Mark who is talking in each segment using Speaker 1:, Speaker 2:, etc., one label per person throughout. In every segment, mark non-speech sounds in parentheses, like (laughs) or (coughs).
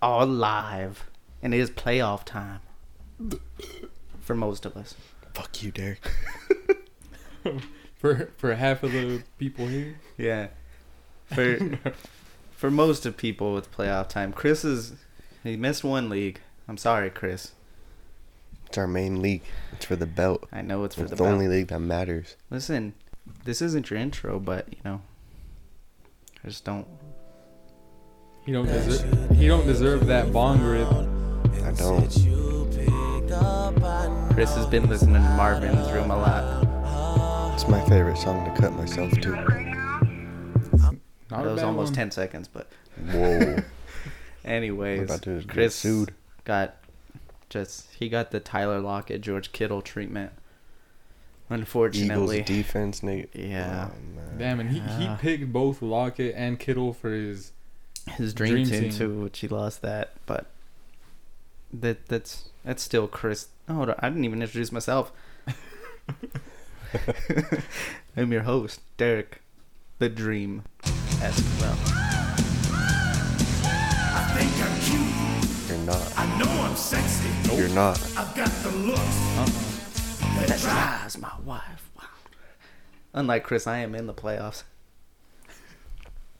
Speaker 1: are live, and it is playoff time for most of us.
Speaker 2: Fuck you, Derek.
Speaker 3: for for half of the people here.
Speaker 1: Yeah, (laughs) for for most of people, it's playoff time. Chris is he missed one league. I'm sorry, Chris.
Speaker 2: It's our main league. It's for the belt.
Speaker 1: I know it's for
Speaker 2: it's
Speaker 1: the,
Speaker 2: the
Speaker 1: belt.
Speaker 2: only league that matters.
Speaker 1: Listen, this isn't your intro, but you know, I just don't.
Speaker 3: He don't deserve. He don't deserve that bong rip.
Speaker 2: I don't.
Speaker 1: Chris has been listening to Marvin's Room a lot.
Speaker 2: It's my favorite song to cut myself to.
Speaker 1: that
Speaker 3: Not a
Speaker 1: was
Speaker 3: bad
Speaker 1: almost
Speaker 3: one.
Speaker 1: ten seconds, but
Speaker 2: Whoa.
Speaker 1: (laughs) anyways,
Speaker 2: about to get
Speaker 1: Chris
Speaker 2: sued.
Speaker 1: got just he got the Tyler Lockett, George Kittle treatment.
Speaker 2: Eagles
Speaker 1: Unfortunately,
Speaker 2: defense, nigga.
Speaker 1: Yeah.
Speaker 2: Oh, man.
Speaker 3: Damn, and he, he
Speaker 1: Ah.
Speaker 3: picked both Lockett and Kittle for his.
Speaker 1: his dream,
Speaker 3: Dream
Speaker 1: team,
Speaker 3: team.
Speaker 1: too, which he lost that. But that that's that's still Chris. Hold on, I didn't even introduce myself. I'm your host, Derek, the Dream, as well.
Speaker 2: You're not.
Speaker 4: I know I'm sexy.
Speaker 2: You're not.
Speaker 4: I've got the looks.
Speaker 1: That drives my wife. Wow. Unlike Chris, I am in the playoffs.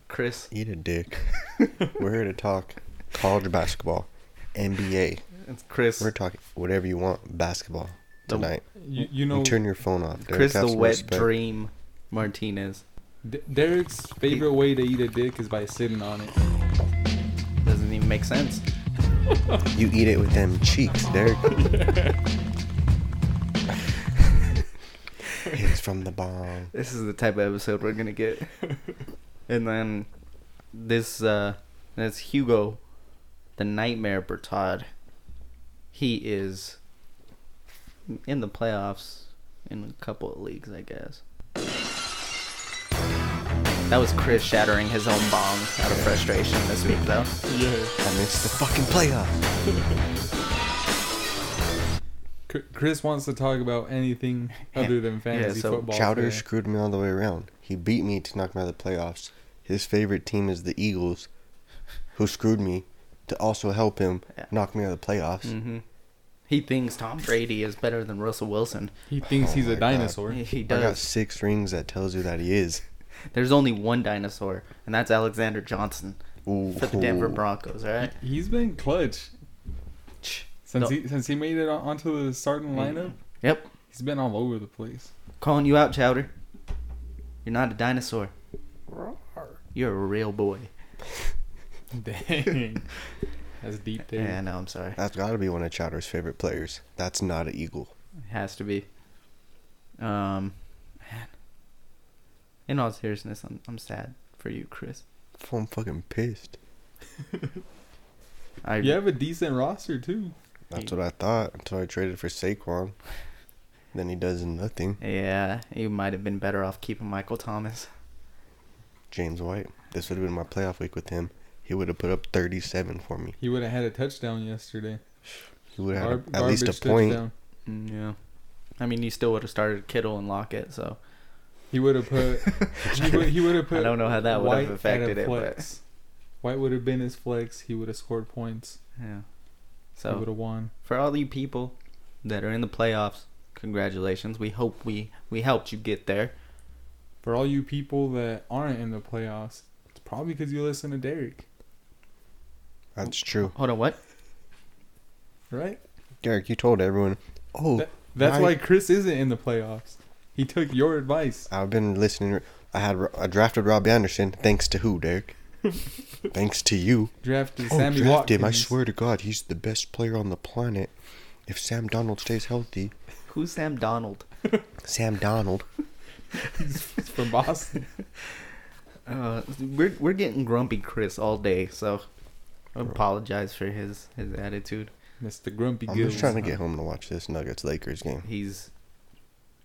Speaker 1: Chris,
Speaker 2: Eat a dick. (laughs) We're here to talk college basketball, NBA.
Speaker 1: it's Chris,
Speaker 2: We're talking whatever you want basketball
Speaker 1: The-
Speaker 2: tonight.
Speaker 3: You, you
Speaker 2: You
Speaker 3: know,
Speaker 2: turn your phone off. Derek.
Speaker 1: Chris
Speaker 2: Have
Speaker 1: the
Speaker 2: some
Speaker 1: wet
Speaker 2: respect.
Speaker 1: dream, Martinez.
Speaker 3: D- Derek's favorite way to eat a dick is by sitting on it.
Speaker 1: Doesn't even make sense.
Speaker 2: You eat it with them cheeks,
Speaker 1: (laughs)
Speaker 2: Derek. it's from the bomb.
Speaker 1: This is the type of episode we're gonna get. (laughs) and then this uh that's Hugo, the nightmare Bertad. He is in the playoffs in a couple of leagues, I guess. That was Chris shattering his own bong out of frustration this week though.
Speaker 3: Yeah,
Speaker 2: I missed the fucking playoff.
Speaker 3: C- Chris wants to talk
Speaker 1: (laughs)
Speaker 3: about anything other than fantasy
Speaker 1: so
Speaker 3: football.
Speaker 2: Chowder
Speaker 3: today.
Speaker 2: screwed me all the way around. He beat me to knock me out of the playoffs. His favorite team is the Eagles, who screwed me to also help him
Speaker 1: Yeah.
Speaker 2: knock me out of the playoffs.
Speaker 1: hmm He thinks Tom Brady is better than Russell Wilson.
Speaker 3: He thinks
Speaker 2: Oh
Speaker 3: he's
Speaker 2: my
Speaker 3: a
Speaker 2: God.
Speaker 3: dinosaur.
Speaker 1: He
Speaker 2: I got
Speaker 1: does.
Speaker 2: six rings that tells you that he is.
Speaker 1: There's only one dinosaur, and that's Alexander Johnson
Speaker 2: Ooh.
Speaker 1: for the Denver Broncos, all right?
Speaker 3: He's been clutch since he since he made it on- onto the
Speaker 1: Mm.
Speaker 3: starting lineup.
Speaker 1: Yep.
Speaker 3: He's been all over the place.
Speaker 1: Calling you out, Chowder. You're not a dinosaur. You're a real boy.
Speaker 3: Dang, (laughs) that's deep there.
Speaker 1: Yeah, no, I'm sorry.
Speaker 2: That's got to be one of Chowder's favorite players. That's not an Eagle.
Speaker 1: It has to be. Um, man. In all seriousness, I'm, I'm sad for you, Chris.
Speaker 2: I'm fucking pissed.
Speaker 1: I,
Speaker 3: You have a decent roster too.
Speaker 2: That's what I thought until I traded for Saquon. Then he does nothing.
Speaker 1: Yeah, you might have been better off keeping Michael Thomas.
Speaker 2: James White. This would have been my playoff week with him. He would have put up 37 for me.
Speaker 3: He would have had a touchdown yesterday.
Speaker 2: He would have
Speaker 3: Gar-
Speaker 2: had at least a
Speaker 3: garbage
Speaker 2: point.
Speaker 3: touchdown.
Speaker 1: Mm, yeah. I mean, you still would have started Kittle and Lockett, so.
Speaker 3: He would have
Speaker 2: (laughs)
Speaker 3: put. he would, he would have put.
Speaker 1: I don't know how that would have
Speaker 3: White at a
Speaker 1: affected it, but-
Speaker 3: flex. White would have been his flex. He would have scored points.
Speaker 1: Yeah.
Speaker 3: he would
Speaker 1: So,
Speaker 3: have won.
Speaker 1: for all you people that are in the playoffs, congratulations. We hope we, we helped you get there.
Speaker 3: For all you people that aren't in the playoffs, it's probably because you listen to Derek,
Speaker 2: That's true.
Speaker 1: Hold on, what?
Speaker 3: right?
Speaker 2: Derek, you told everyone, oh,
Speaker 3: That- that's
Speaker 2: right.
Speaker 3: why Chris isn't in the playoffs. He took your advice.
Speaker 2: I've been listening. I had I drafted Robbie Anderson. Thanks to who,
Speaker 3: (laughs)
Speaker 2: Derek? thanks to you.
Speaker 3: Drafted
Speaker 2: Oh,
Speaker 3: Sammy
Speaker 2: draft
Speaker 3: Watkins.
Speaker 2: him. I swear to God, he's the best player on the planet. If Sam Donald stays healthy,
Speaker 1: Who's Sam Donald?
Speaker 2: Sam Donald.
Speaker 3: He's from Boston. (laughs)
Speaker 1: Uh, we're we're getting grumpy Chris all day, so I apologize for his his attitude.
Speaker 3: Mr. Grumpy
Speaker 2: I'm
Speaker 3: Gills.
Speaker 2: just trying to get home to watch this Nuggets Lakers game.
Speaker 1: He's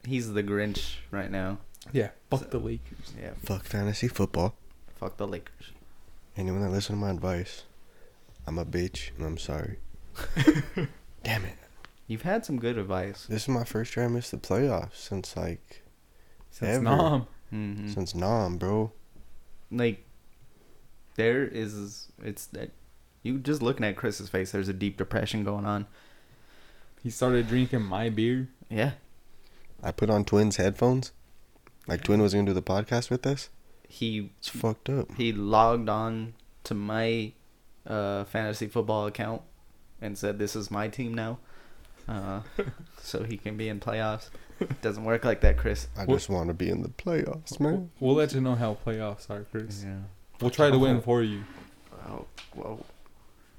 Speaker 1: he's the Grinch right now.
Speaker 3: Yeah, fuck the Lakers.
Speaker 1: Yeah,
Speaker 2: Fuck fantasy football.
Speaker 1: fuck the Lakers.
Speaker 2: Anyone that listen to my advice, I'm a bitch and
Speaker 1: (laughs)
Speaker 2: I'm sorry. Damn it.
Speaker 1: You've had some good advice.
Speaker 2: This is my first year I missed the playoffs since like
Speaker 3: Since
Speaker 2: Ever.
Speaker 3: Nam.
Speaker 1: hmm
Speaker 2: since Nam, bro.
Speaker 1: Like there is it's that You just looking at Chris's face. There's a deep depression going on.
Speaker 3: He started drinking my beer.
Speaker 1: Yeah,
Speaker 2: I put on Twin's headphones. Like Twin was gonna do the podcast with us.
Speaker 1: he
Speaker 2: It's fucked up.
Speaker 1: he logged on to my uh, fantasy football account and said, "This is my team now," uh,
Speaker 2: (laughs)
Speaker 1: so he can be in playoffs. Doesn't work like that, Chris.
Speaker 2: I
Speaker 3: What-
Speaker 2: just want to be in the playoffs, man.
Speaker 3: We'll, we'll let you know how playoffs are, Chris.
Speaker 1: Yeah.
Speaker 3: We'll try to win for you.
Speaker 1: Oh, whoa.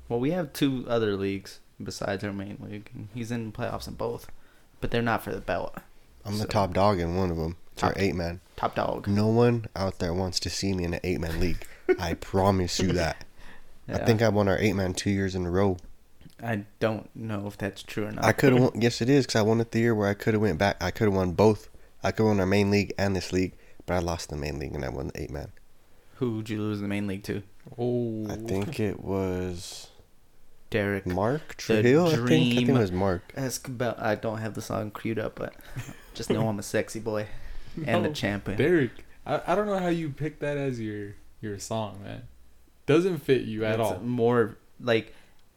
Speaker 1: Well, we have two other leagues besides our main league, and he's in playoffs in both, but they're not for the belt.
Speaker 2: I'm
Speaker 1: So-
Speaker 2: the top dog in one of them. It's our
Speaker 1: Top-
Speaker 2: eight man.
Speaker 1: Top dog.
Speaker 2: No one out there wants to see me in an eight man league.
Speaker 1: (laughs)
Speaker 2: I promise you that. I
Speaker 1: Yeah.
Speaker 2: think I won our eight man two years in a row.
Speaker 1: I don't know if that's true or not.
Speaker 2: I could have won. Yes, it is because I won it the year where I could have went back. I could have won both. I could have won our main league and this league, but I lost the main league and I won the eight man.
Speaker 1: Who'd you lose the main league to?
Speaker 3: Oh,
Speaker 2: I think it was
Speaker 1: Derek
Speaker 2: Mark Trujillo. I think. I think it
Speaker 1: dream.
Speaker 2: was Mark.
Speaker 1: Escobar. I don't have the song queued up,
Speaker 2: (laughs)
Speaker 1: but just know I'm a sexy boy and the
Speaker 3: No,
Speaker 1: champion.
Speaker 3: Derek. I, I don't know how you picked that as your your song, man. Doesn't fit you at
Speaker 1: It's
Speaker 3: all.
Speaker 1: More like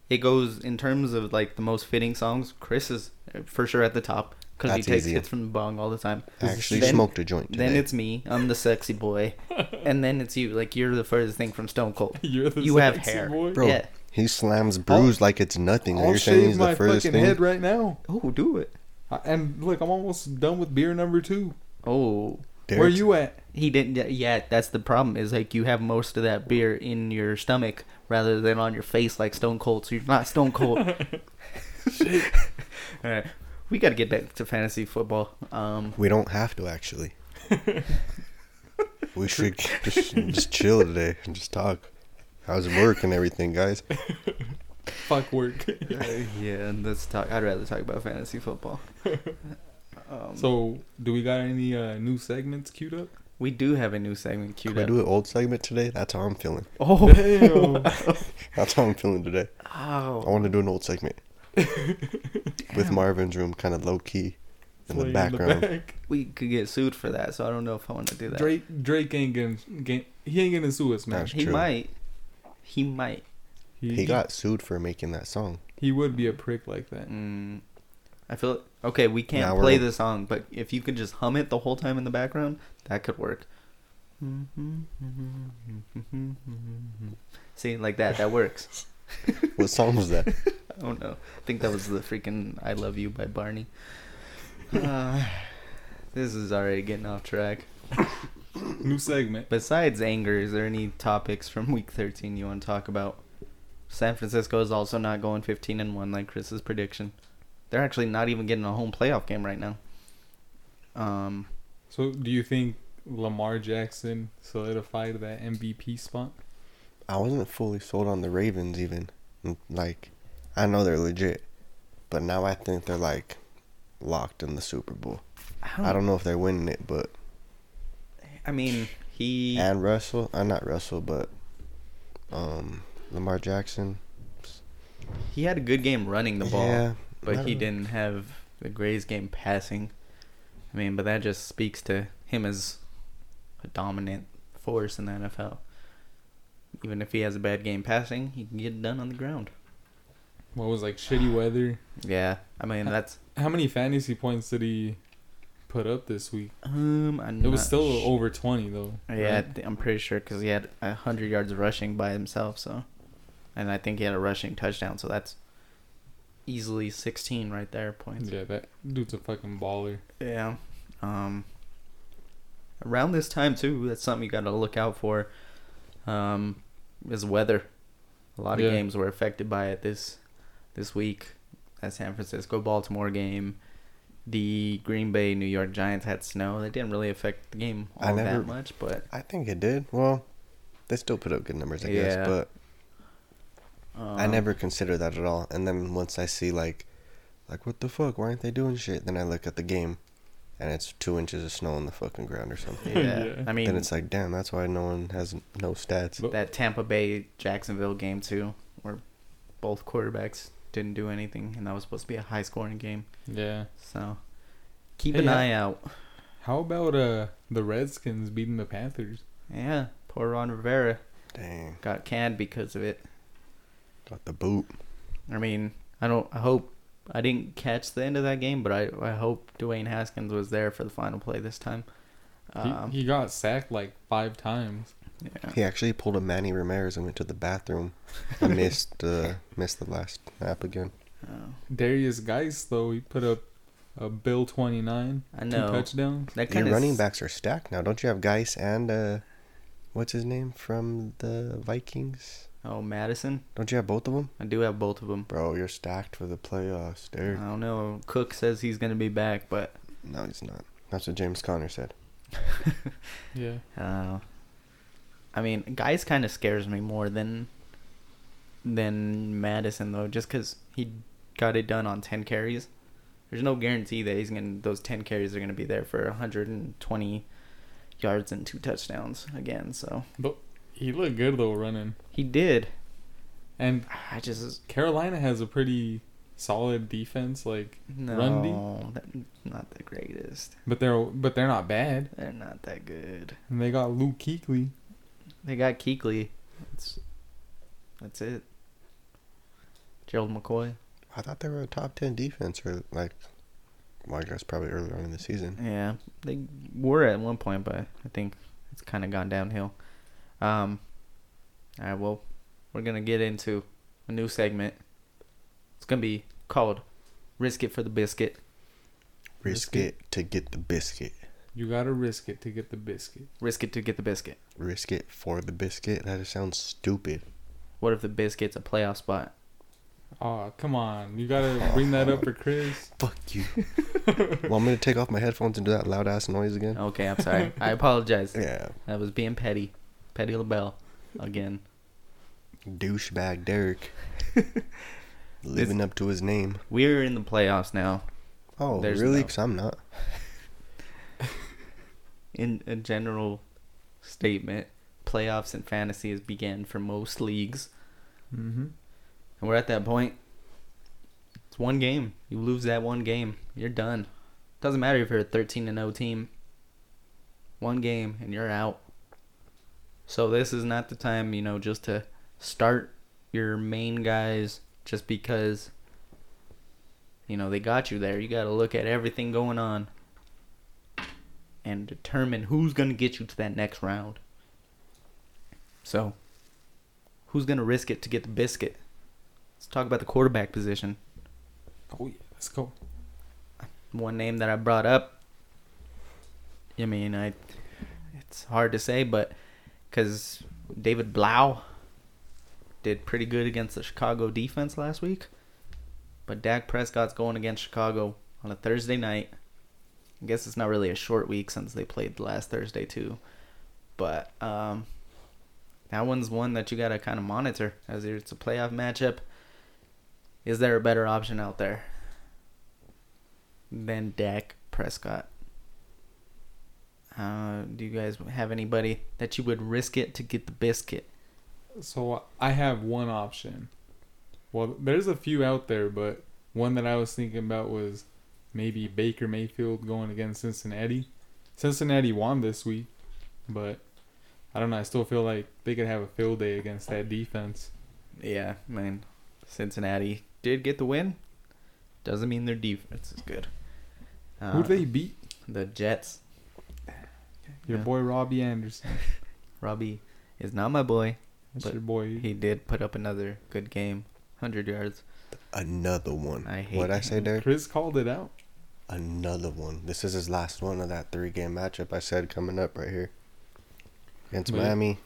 Speaker 1: it goes in terms of like the most fitting songs. Chris is uh, for sure at the top because he
Speaker 2: That's
Speaker 1: takes
Speaker 2: easy.
Speaker 1: hits from the bong all the time.
Speaker 2: I actually
Speaker 1: Then-
Speaker 2: smoked a joint today.
Speaker 1: Then it's me. I'm the sexy
Speaker 3: (laughs)
Speaker 1: boy, and then it's you. Like you're the furthest thing from Stone Cold.
Speaker 3: You're the
Speaker 1: you have
Speaker 3: sexy
Speaker 1: hair.
Speaker 3: boy.
Speaker 2: Bro,
Speaker 1: Yeah.
Speaker 2: he slams bruise like it's nothing. and
Speaker 3: I'll
Speaker 2: You're saying
Speaker 3: shave
Speaker 2: he's
Speaker 3: my
Speaker 2: the furthest
Speaker 3: fucking
Speaker 2: thing.
Speaker 3: head right now.
Speaker 1: Oh, do it.
Speaker 3: I, and look, I'm almost done with beer number two.
Speaker 1: Oh,
Speaker 2: Derek's-
Speaker 3: Where you at?
Speaker 1: he didn't. Yeah, that's the problem. Is like you have most of that beer in your stomach rather than on your face like Stone Cold. So you're not Stone Cold.
Speaker 2: (laughs)
Speaker 1: All right, we got to get back to fantasy football. Um,
Speaker 2: We don't have
Speaker 3: (laughs)
Speaker 2: to actually. we should just just chill today and just talk. How's work and everything, (laughs) guys?
Speaker 3: Fuck work. (laughs)
Speaker 1: yeah, and let's talk. I'd rather talk about fantasy football. Um,
Speaker 3: so, do we got any uh, new segments queued up?
Speaker 1: we do have a new segment
Speaker 2: Can
Speaker 1: queued
Speaker 2: we
Speaker 1: up.
Speaker 2: do an old segment today? That's how I'm feeling.
Speaker 1: Oh,
Speaker 2: (laughs)
Speaker 3: Damn.
Speaker 2: That's how I'm feeling today. I
Speaker 1: ow.
Speaker 2: want to do an old
Speaker 1: (laughs)
Speaker 2: segment with Marvin's room, kind of low key in
Speaker 3: Playing
Speaker 2: the background.
Speaker 3: back.
Speaker 1: we could get sued for that, so I don't know if I want to do that.
Speaker 3: Drake, Drake ain't gonna, gan- he ain't gonna sue us, man.
Speaker 2: That's
Speaker 1: he
Speaker 2: true.
Speaker 1: might. He might.
Speaker 2: He got sued for making that song.
Speaker 3: he would be a prick like that.
Speaker 1: Mm, I feel okay. We can't
Speaker 2: Now we're-
Speaker 1: play the song, but if you could just hum it the whole time in the background, that could work. (laughs) See, like that, that works.
Speaker 2: What song was
Speaker 1: (laughs)
Speaker 2: that?
Speaker 1: I don't know. I think that was the freaking "I Love You" by Barney. Uh, this is already getting off track.
Speaker 3: New segment.
Speaker 1: Besides anger, is there any topics from Week 13 you want to talk about? San Francisco is also not going 15 and one like Chris's prediction. They're actually not even getting a home playoff game right now. Um,
Speaker 3: So, do you think Lamar Jackson solidified that MVP spot?
Speaker 2: I wasn't fully sold on the Ravens even. Mm, Like, I know they're legit, but now I think they're like locked in the Super Bowl.
Speaker 1: I don't.
Speaker 2: I don't know if they're winning it, but
Speaker 1: I mean, he.
Speaker 2: and Russell, uh, not Russell, but um, Lamar Jackson.
Speaker 1: He had a good game running the ball,
Speaker 2: Yeah, I
Speaker 1: but he
Speaker 2: don't-
Speaker 1: didn't have the Grays game passing. I mean, but that just speaks to him as a dominant force in the NFL. Even if he has a bad game passing, he can get it done on the ground.
Speaker 3: What was like shitty weather?
Speaker 1: Yeah, I mean that's
Speaker 3: How many fantasy points did he put up this week?
Speaker 1: Um, I'm
Speaker 3: It was
Speaker 1: not
Speaker 3: still
Speaker 1: sh-
Speaker 3: over twenty though.
Speaker 1: Yeah, I
Speaker 3: right?
Speaker 1: thi- I'm pretty sure because he had a hundred yards rushing by himself. So, and I think he had a rushing touchdown. So that's easily 16 right there points.
Speaker 3: Yeah, that dude's a fucking baller.
Speaker 1: Yeah. Um. Around this time too, that's something you got to look out for. Um, is weather. A lot of
Speaker 3: Yeah.
Speaker 1: games were affected by it this this week. That San Francisco Baltimore game, the Green Bay New York Giants had snow. That didn't really affect the game
Speaker 2: I
Speaker 1: all
Speaker 2: never-
Speaker 1: that much, but
Speaker 2: I think it did. Well, they still put up good numbers, I guess.
Speaker 1: Yeah.
Speaker 2: But
Speaker 1: um,
Speaker 2: I never consider that at all. And then once I see like, like what the fuck? Why aren't they doing shit? Then I look at the game, and it's two inches of snow on the fucking ground or something.
Speaker 1: Yeah.
Speaker 3: (laughs) Yeah.
Speaker 1: I mean
Speaker 2: then it's like, damn, that's why no one has no stats.
Speaker 3: But-
Speaker 1: that Tampa Bay Jacksonville game too, where both quarterbacks didn't do anything, and that was supposed to be a high scoring game.
Speaker 3: Yeah.
Speaker 1: So keep
Speaker 3: Hey,
Speaker 1: an
Speaker 3: yeah.
Speaker 1: eye out.
Speaker 3: How about uh the Redskins beating the Panthers?
Speaker 1: Yeah, poor Ron Rivera
Speaker 2: Dang.
Speaker 1: got canned because of it.
Speaker 2: Got the boot.
Speaker 1: I mean, I don't. I hope I didn't catch the end of that game, but I I hope Dwayne Haskins was there for the final play this time. Um,
Speaker 3: he, he got sacked like five times.
Speaker 1: yeah.
Speaker 2: He actually pulled a Manny Ramirez and went to the bathroom.
Speaker 1: (laughs)
Speaker 2: and missed uh, missed the last nap again.
Speaker 1: Oh,
Speaker 3: Darius Geist though he put up a Bill twenty nine,
Speaker 1: I
Speaker 3: two
Speaker 1: know
Speaker 3: touchdowns.
Speaker 1: that
Speaker 2: Your
Speaker 1: kind
Speaker 2: running
Speaker 1: of
Speaker 2: backs are stacked now. Don't you have Geis and uh, what's his name from the Vikings?
Speaker 1: oh Madison.
Speaker 2: Don't you have both of them?
Speaker 1: I do have both of them.
Speaker 2: Bro, you're stacked for the playoffs,
Speaker 1: I
Speaker 2: Derek.
Speaker 1: don't know. Cook says he's gonna be back, but
Speaker 2: No, he's not. That's what James Conner said.
Speaker 3: Yeah,
Speaker 1: Uh, I mean, guys kind of scares me more than than Madison though, just because he got it done on ten carries. There's no guarantee that he's gonna those ten carries are gonna be there for 120 yards and two touchdowns again. So
Speaker 3: but he looked good though running.
Speaker 1: he did.
Speaker 3: And
Speaker 1: I just
Speaker 3: Carolina has a pretty solid defense, like,
Speaker 1: no,
Speaker 3: Rundy?
Speaker 1: that- not the greatest.
Speaker 3: but they're but they're not bad.
Speaker 1: They're not that good.
Speaker 3: And they got Luke Kuechly.
Speaker 1: They got Keekly. That's that's it. Gerald McCoy.
Speaker 2: I thought they were a top ten defense, or like, well, I guess probably earlier on in the season.
Speaker 1: Yeah, they were at one point, but I think it's kind of gone downhill. Um, all right, well, we're gonna get into a new segment. It's gonna be called "Risk It for the Biscuit."
Speaker 2: Risk it to get the biscuit.
Speaker 3: You gotta risk it to get the biscuit.
Speaker 1: Risk it to get the biscuit.
Speaker 2: Risk it for the biscuit. That just sounds stupid.
Speaker 1: What if the biscuit's a playoff spot?
Speaker 3: Oh, come on. You gotta bring that up for Chris.
Speaker 2: Fuck (laughs) you. Want me to take off my headphones and do that loud ass noise again?
Speaker 1: Okay, I'm sorry. I apologize.
Speaker 2: Yeah,
Speaker 1: I was being petty, petty LaBelle, again.
Speaker 2: douchebag (laughs) Derek. Living up to his name.
Speaker 1: We're in the playoffs now.
Speaker 2: Oh,
Speaker 1: There's
Speaker 2: really?
Speaker 1: no-
Speaker 2: Because I'm not.
Speaker 1: In a general statement, playoffs and fantasy has began for most leagues.
Speaker 3: Mm-hmm.
Speaker 1: And we're at that point. It's one game. You lose that one game, you're done. Doesn't matter if you're a 13 and 0 team. One game and you're out. So this is not the time, you know, just to start your main guys just because you know, they got you there. You got to look at everything going on and determine who's going to get you to that next round. So, who's going to risk it to get the biscuit? Let's talk about the quarterback position.
Speaker 3: Oh, yeah. Let's go.
Speaker 1: One name that I brought up. I mean, I it's hard to say, but because David Blau did pretty good against the Chicago defense last week, but Dak Prescott's going against Chicago on a Thursday night. I guess it's not really a short week since they played last Thursday too, but um, that one's one that you gotta kind of monitor as it's a playoff matchup. Is there a better option out there? than Dak Prescott. Uh, do you guys have anybody that you would risk it to get the biscuit?
Speaker 3: So I have one option. Well, there's a few out there, but one that I was thinking about was maybe Baker Mayfield going against Cincinnati. Cincinnati won this week, but I don't know. I still feel like they could have a field day against that defense.
Speaker 1: Yeah, I mean, Cincinnati did get the win. Doesn't mean their defense is good. Uh,
Speaker 3: Who'd they beat?
Speaker 1: The Jets.
Speaker 3: Your
Speaker 1: yeah.
Speaker 3: boy Robbie Anderson.
Speaker 1: Robbie is not my boy.
Speaker 3: That's
Speaker 1: But
Speaker 3: your boy.
Speaker 1: He did put up another good game, hundred yards.
Speaker 2: Another one.
Speaker 1: I hate
Speaker 2: What'd I say, Derek?
Speaker 3: Chris called it out.
Speaker 2: Another one. This is his last one of that three game matchup I said coming up right here. Against
Speaker 3: But-
Speaker 2: Miami.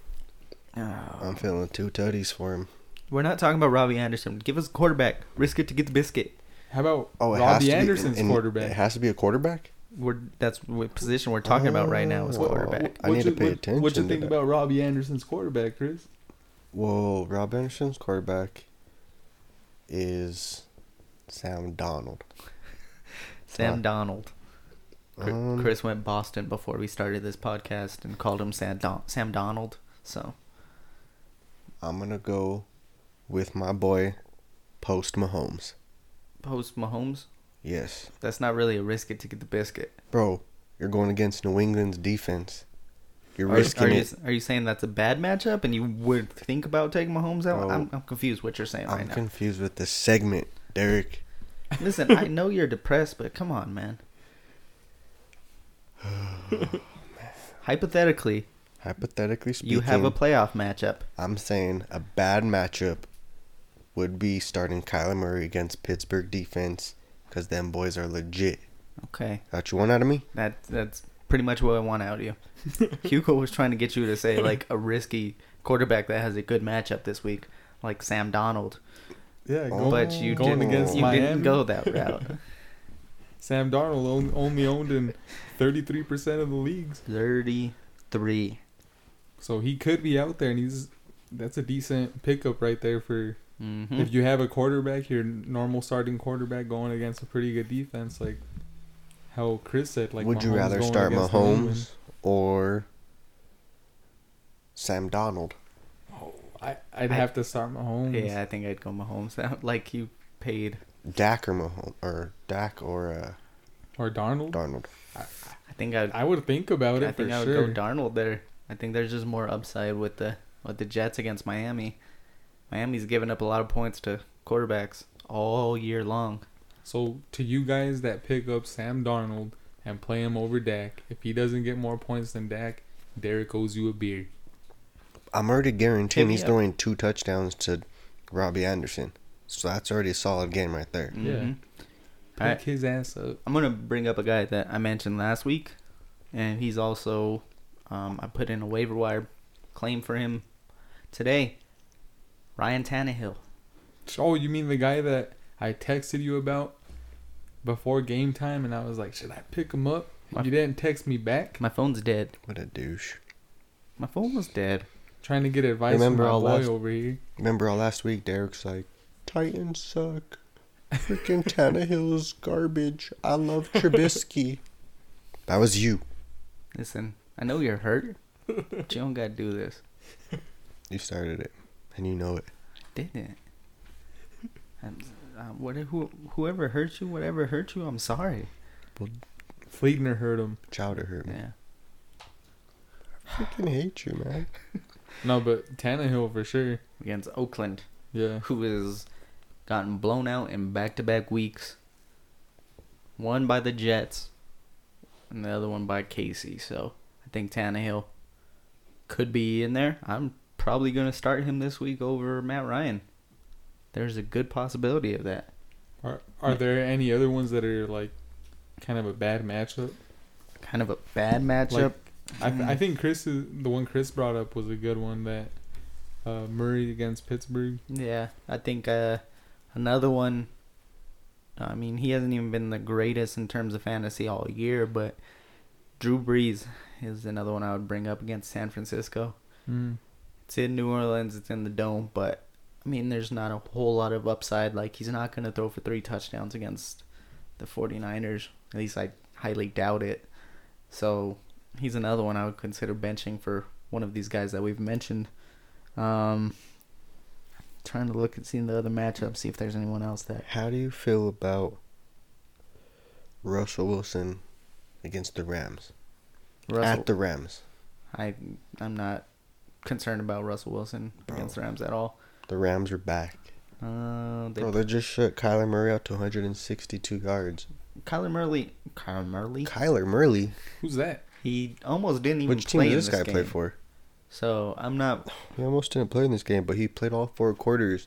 Speaker 1: Oh.
Speaker 2: I'm feeling two tutties for him.
Speaker 1: We're not talking about Robbie Anderson. Give us a quarterback. Risk it to get the biscuit.
Speaker 3: How about
Speaker 2: Oh, it has to
Speaker 3: Robbie
Speaker 2: be-
Speaker 3: Anderson's
Speaker 2: and-
Speaker 3: quarterback?
Speaker 2: It has to be a quarterback?
Speaker 1: We're that's what position we're talking about right now is
Speaker 2: Oh.
Speaker 1: quarterback.
Speaker 2: I need to pay attention
Speaker 3: What you
Speaker 2: to
Speaker 3: think
Speaker 2: that.
Speaker 3: about Robbie Anderson's quarterback, Chris?
Speaker 2: Whoa, Rob Anderson's quarterback is Sam Donald.
Speaker 1: Sam
Speaker 2: Huh.
Speaker 1: Donald. Cr-
Speaker 2: Um,
Speaker 1: Chris went Boston before we started this podcast and called him Sam, Don- Sam Donald. So
Speaker 2: I'm going to go with my boy, Post Mahomes.
Speaker 1: post Mahomes,
Speaker 2: Yes.
Speaker 1: that's not really a risk it to get the biscuit.
Speaker 2: Bro, you're going against New England's defense. You're
Speaker 1: Are,
Speaker 2: risking
Speaker 1: are, you,
Speaker 2: it.
Speaker 1: are you saying that's a bad matchup and you would think about taking Mahomes out?
Speaker 2: Oh.
Speaker 1: I'm, I'm confused what you're saying
Speaker 2: I'm
Speaker 1: right now.
Speaker 2: confused with the segment, Derek.
Speaker 1: Listen, I know you're depressed, but come on,
Speaker 2: (sighs)
Speaker 1: man. Hypothetically,
Speaker 2: Hypothetically speaking,
Speaker 1: you have a playoff matchup.
Speaker 2: I'm saying a bad matchup would be starting Kyler Murray against Pittsburgh defense because them boys are legit.
Speaker 1: Okay,
Speaker 2: Got you one out of me?
Speaker 1: that that's pretty much what I want out of you. Hugo was trying to get you to say like a risky quarterback that has a good matchup this week, like Sam Donald,
Speaker 3: Yeah,
Speaker 2: Oh.
Speaker 1: but you
Speaker 3: going
Speaker 1: didn't.
Speaker 3: against
Speaker 1: you
Speaker 3: Miami.
Speaker 1: didn't go that
Speaker 3: (laughs)
Speaker 1: route.
Speaker 3: Sam Darnold on- only owned in 33% of the leagues,
Speaker 1: Thirty-three.
Speaker 3: so he could be out there, and he's that's a decent pickup right there for
Speaker 1: Mm-hmm.
Speaker 3: if you have a quarterback, your normal starting quarterback going against a pretty good defense, like how Chris said. Like,
Speaker 2: would you
Speaker 3: Mahomes
Speaker 2: rather
Speaker 3: going
Speaker 2: start
Speaker 3: against New England.
Speaker 2: Mahomes or Sam Donald?
Speaker 3: I, I'd
Speaker 1: I-
Speaker 3: have to start Mahomes.
Speaker 1: Yeah, I think I'd go Mahomes. out. Like you paid.
Speaker 2: Dak or Mahomes or Dak or uh,
Speaker 3: or Darnold.
Speaker 2: Darnold?
Speaker 1: I think I'd.
Speaker 3: I would think about it
Speaker 1: I
Speaker 3: for
Speaker 1: think I would
Speaker 3: sure.
Speaker 1: go Darnold there. I think there's just more upside with the with the Jets against Miami. Miami's given up a lot of points to quarterbacks all year long.
Speaker 3: so to you guys that pick up Sam Darnold and play him over Dak, if he doesn't get more points than Dak, Derek owes you a beer.
Speaker 2: I'm already
Speaker 1: Hit
Speaker 2: guaranteeing
Speaker 1: me
Speaker 2: he's
Speaker 1: up.
Speaker 2: throwing two touchdowns to Robbie Anderson. So that's already a solid game right there.
Speaker 1: Mhm.
Speaker 3: Pick
Speaker 1: All right.
Speaker 3: his ass up.
Speaker 1: I'm gonna bring up a guy that I mentioned last week, and he's also um, I put in a waiver wire claim for him today. Ryan Tannehill.
Speaker 3: Oh, you mean the guy that I texted you about before game time, and I was like, should I pick him up?
Speaker 1: My-
Speaker 3: You didn't text me back,
Speaker 1: My phone's dead.
Speaker 2: What a douche.
Speaker 1: My phone was dead.
Speaker 3: trying to get advice
Speaker 2: Remember
Speaker 3: from
Speaker 2: all
Speaker 3: my boy
Speaker 2: last-
Speaker 3: over here.
Speaker 2: Remember all last week, Derek's like, Titans suck. Freaking Tannehill's garbage. I love
Speaker 1: (laughs)
Speaker 2: Trubisky. that was you.
Speaker 1: Listen, I know you're hurt, but you don't gotta do this.
Speaker 2: You started it, and you know it.
Speaker 1: didn't. I'm, um, what, who, whoever hurt you, whatever hurt you, I'm sorry.
Speaker 3: Fleetner heard him.
Speaker 2: Chowder hurt me.
Speaker 1: Yeah.
Speaker 2: I freaking hate you, man.
Speaker 3: No, but Tannehill for sure.
Speaker 1: Against Oakland,
Speaker 3: Yeah.
Speaker 1: who has gotten blown out in back to back weeks. One by the Jets, and the other one by Casey. So I think Tannehill could be in there. I'm probably going to start him this week over Matt Ryan. There's a good possibility of that.
Speaker 3: Are are there any other ones that are like kind of a bad matchup?
Speaker 1: Kind of a bad matchup.
Speaker 3: I,
Speaker 2: Mm.
Speaker 3: I think Chris is the one Chris brought up was a good one that uh, Murray against Pittsburgh.
Speaker 1: Yeah, I think uh, another one. I mean, he hasn't even been the greatest in terms of fantasy all year, but Drew Brees is another one I would bring up against San Francisco.
Speaker 3: Mm.
Speaker 1: It's in New Orleans, it's in the dome, but I mean, there's not a whole lot of upside. Like, he's not going to throw for three touchdowns against the 49ers. At least I highly doubt it. So, he's another one I would consider benching for one of these guys that we've mentioned. Um, trying to look and see the other matchup, see if there's anyone else that.
Speaker 2: How do you feel about Russell Wilson against the Rams?
Speaker 1: Russell,
Speaker 2: At the Rams.
Speaker 1: I, I'm not concerned about Russell Wilson
Speaker 2: Bro.
Speaker 1: against the Rams at all.
Speaker 2: The Rams are back.
Speaker 1: Uh, they,
Speaker 2: Bro, they just shut Kyler Murray out to 162 yards.
Speaker 1: Kyler Murray. Kyler Murray?
Speaker 2: Kyler Murray?
Speaker 3: Who's that?
Speaker 1: He almost didn't even
Speaker 2: Which team
Speaker 1: play
Speaker 2: did
Speaker 1: in
Speaker 2: this guy
Speaker 1: game.
Speaker 2: play for?
Speaker 1: So I'm not.
Speaker 2: He almost didn't play in this game, but he played all four quarters.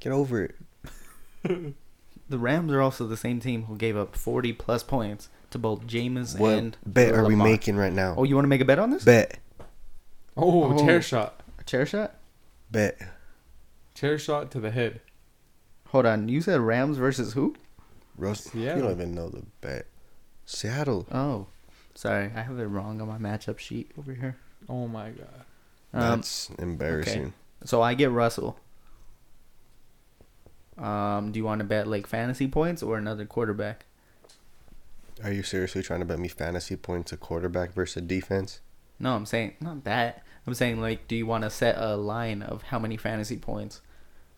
Speaker 2: Get over it.
Speaker 1: The Rams are also the same team who gave up 40 plus points to both Jameis
Speaker 2: What
Speaker 1: and
Speaker 2: bet are we
Speaker 1: Lamar.
Speaker 2: making right now?
Speaker 1: Oh, you want to make a bet on this?
Speaker 2: Bet,
Speaker 3: Oh,
Speaker 1: Oh.
Speaker 3: chair shot,
Speaker 1: A chair shot?
Speaker 2: bet.
Speaker 3: chair shot to the head.
Speaker 1: Hold on. You said Rams versus who?
Speaker 2: Russ, you
Speaker 3: Seattle.
Speaker 2: don't even know the bet. Seattle.
Speaker 1: Oh, sorry. I have it wrong on my matchup sheet over here.
Speaker 3: Oh my god.
Speaker 1: Um,
Speaker 2: That's embarrassing.
Speaker 1: so I get Russell. Um, do you want to bet like fantasy points or another quarterback?
Speaker 2: Are you seriously trying to bet me fantasy points a quarterback versus defense?
Speaker 1: No, I'm saying not that. I'm saying like, do you want to set a line of how many fantasy points?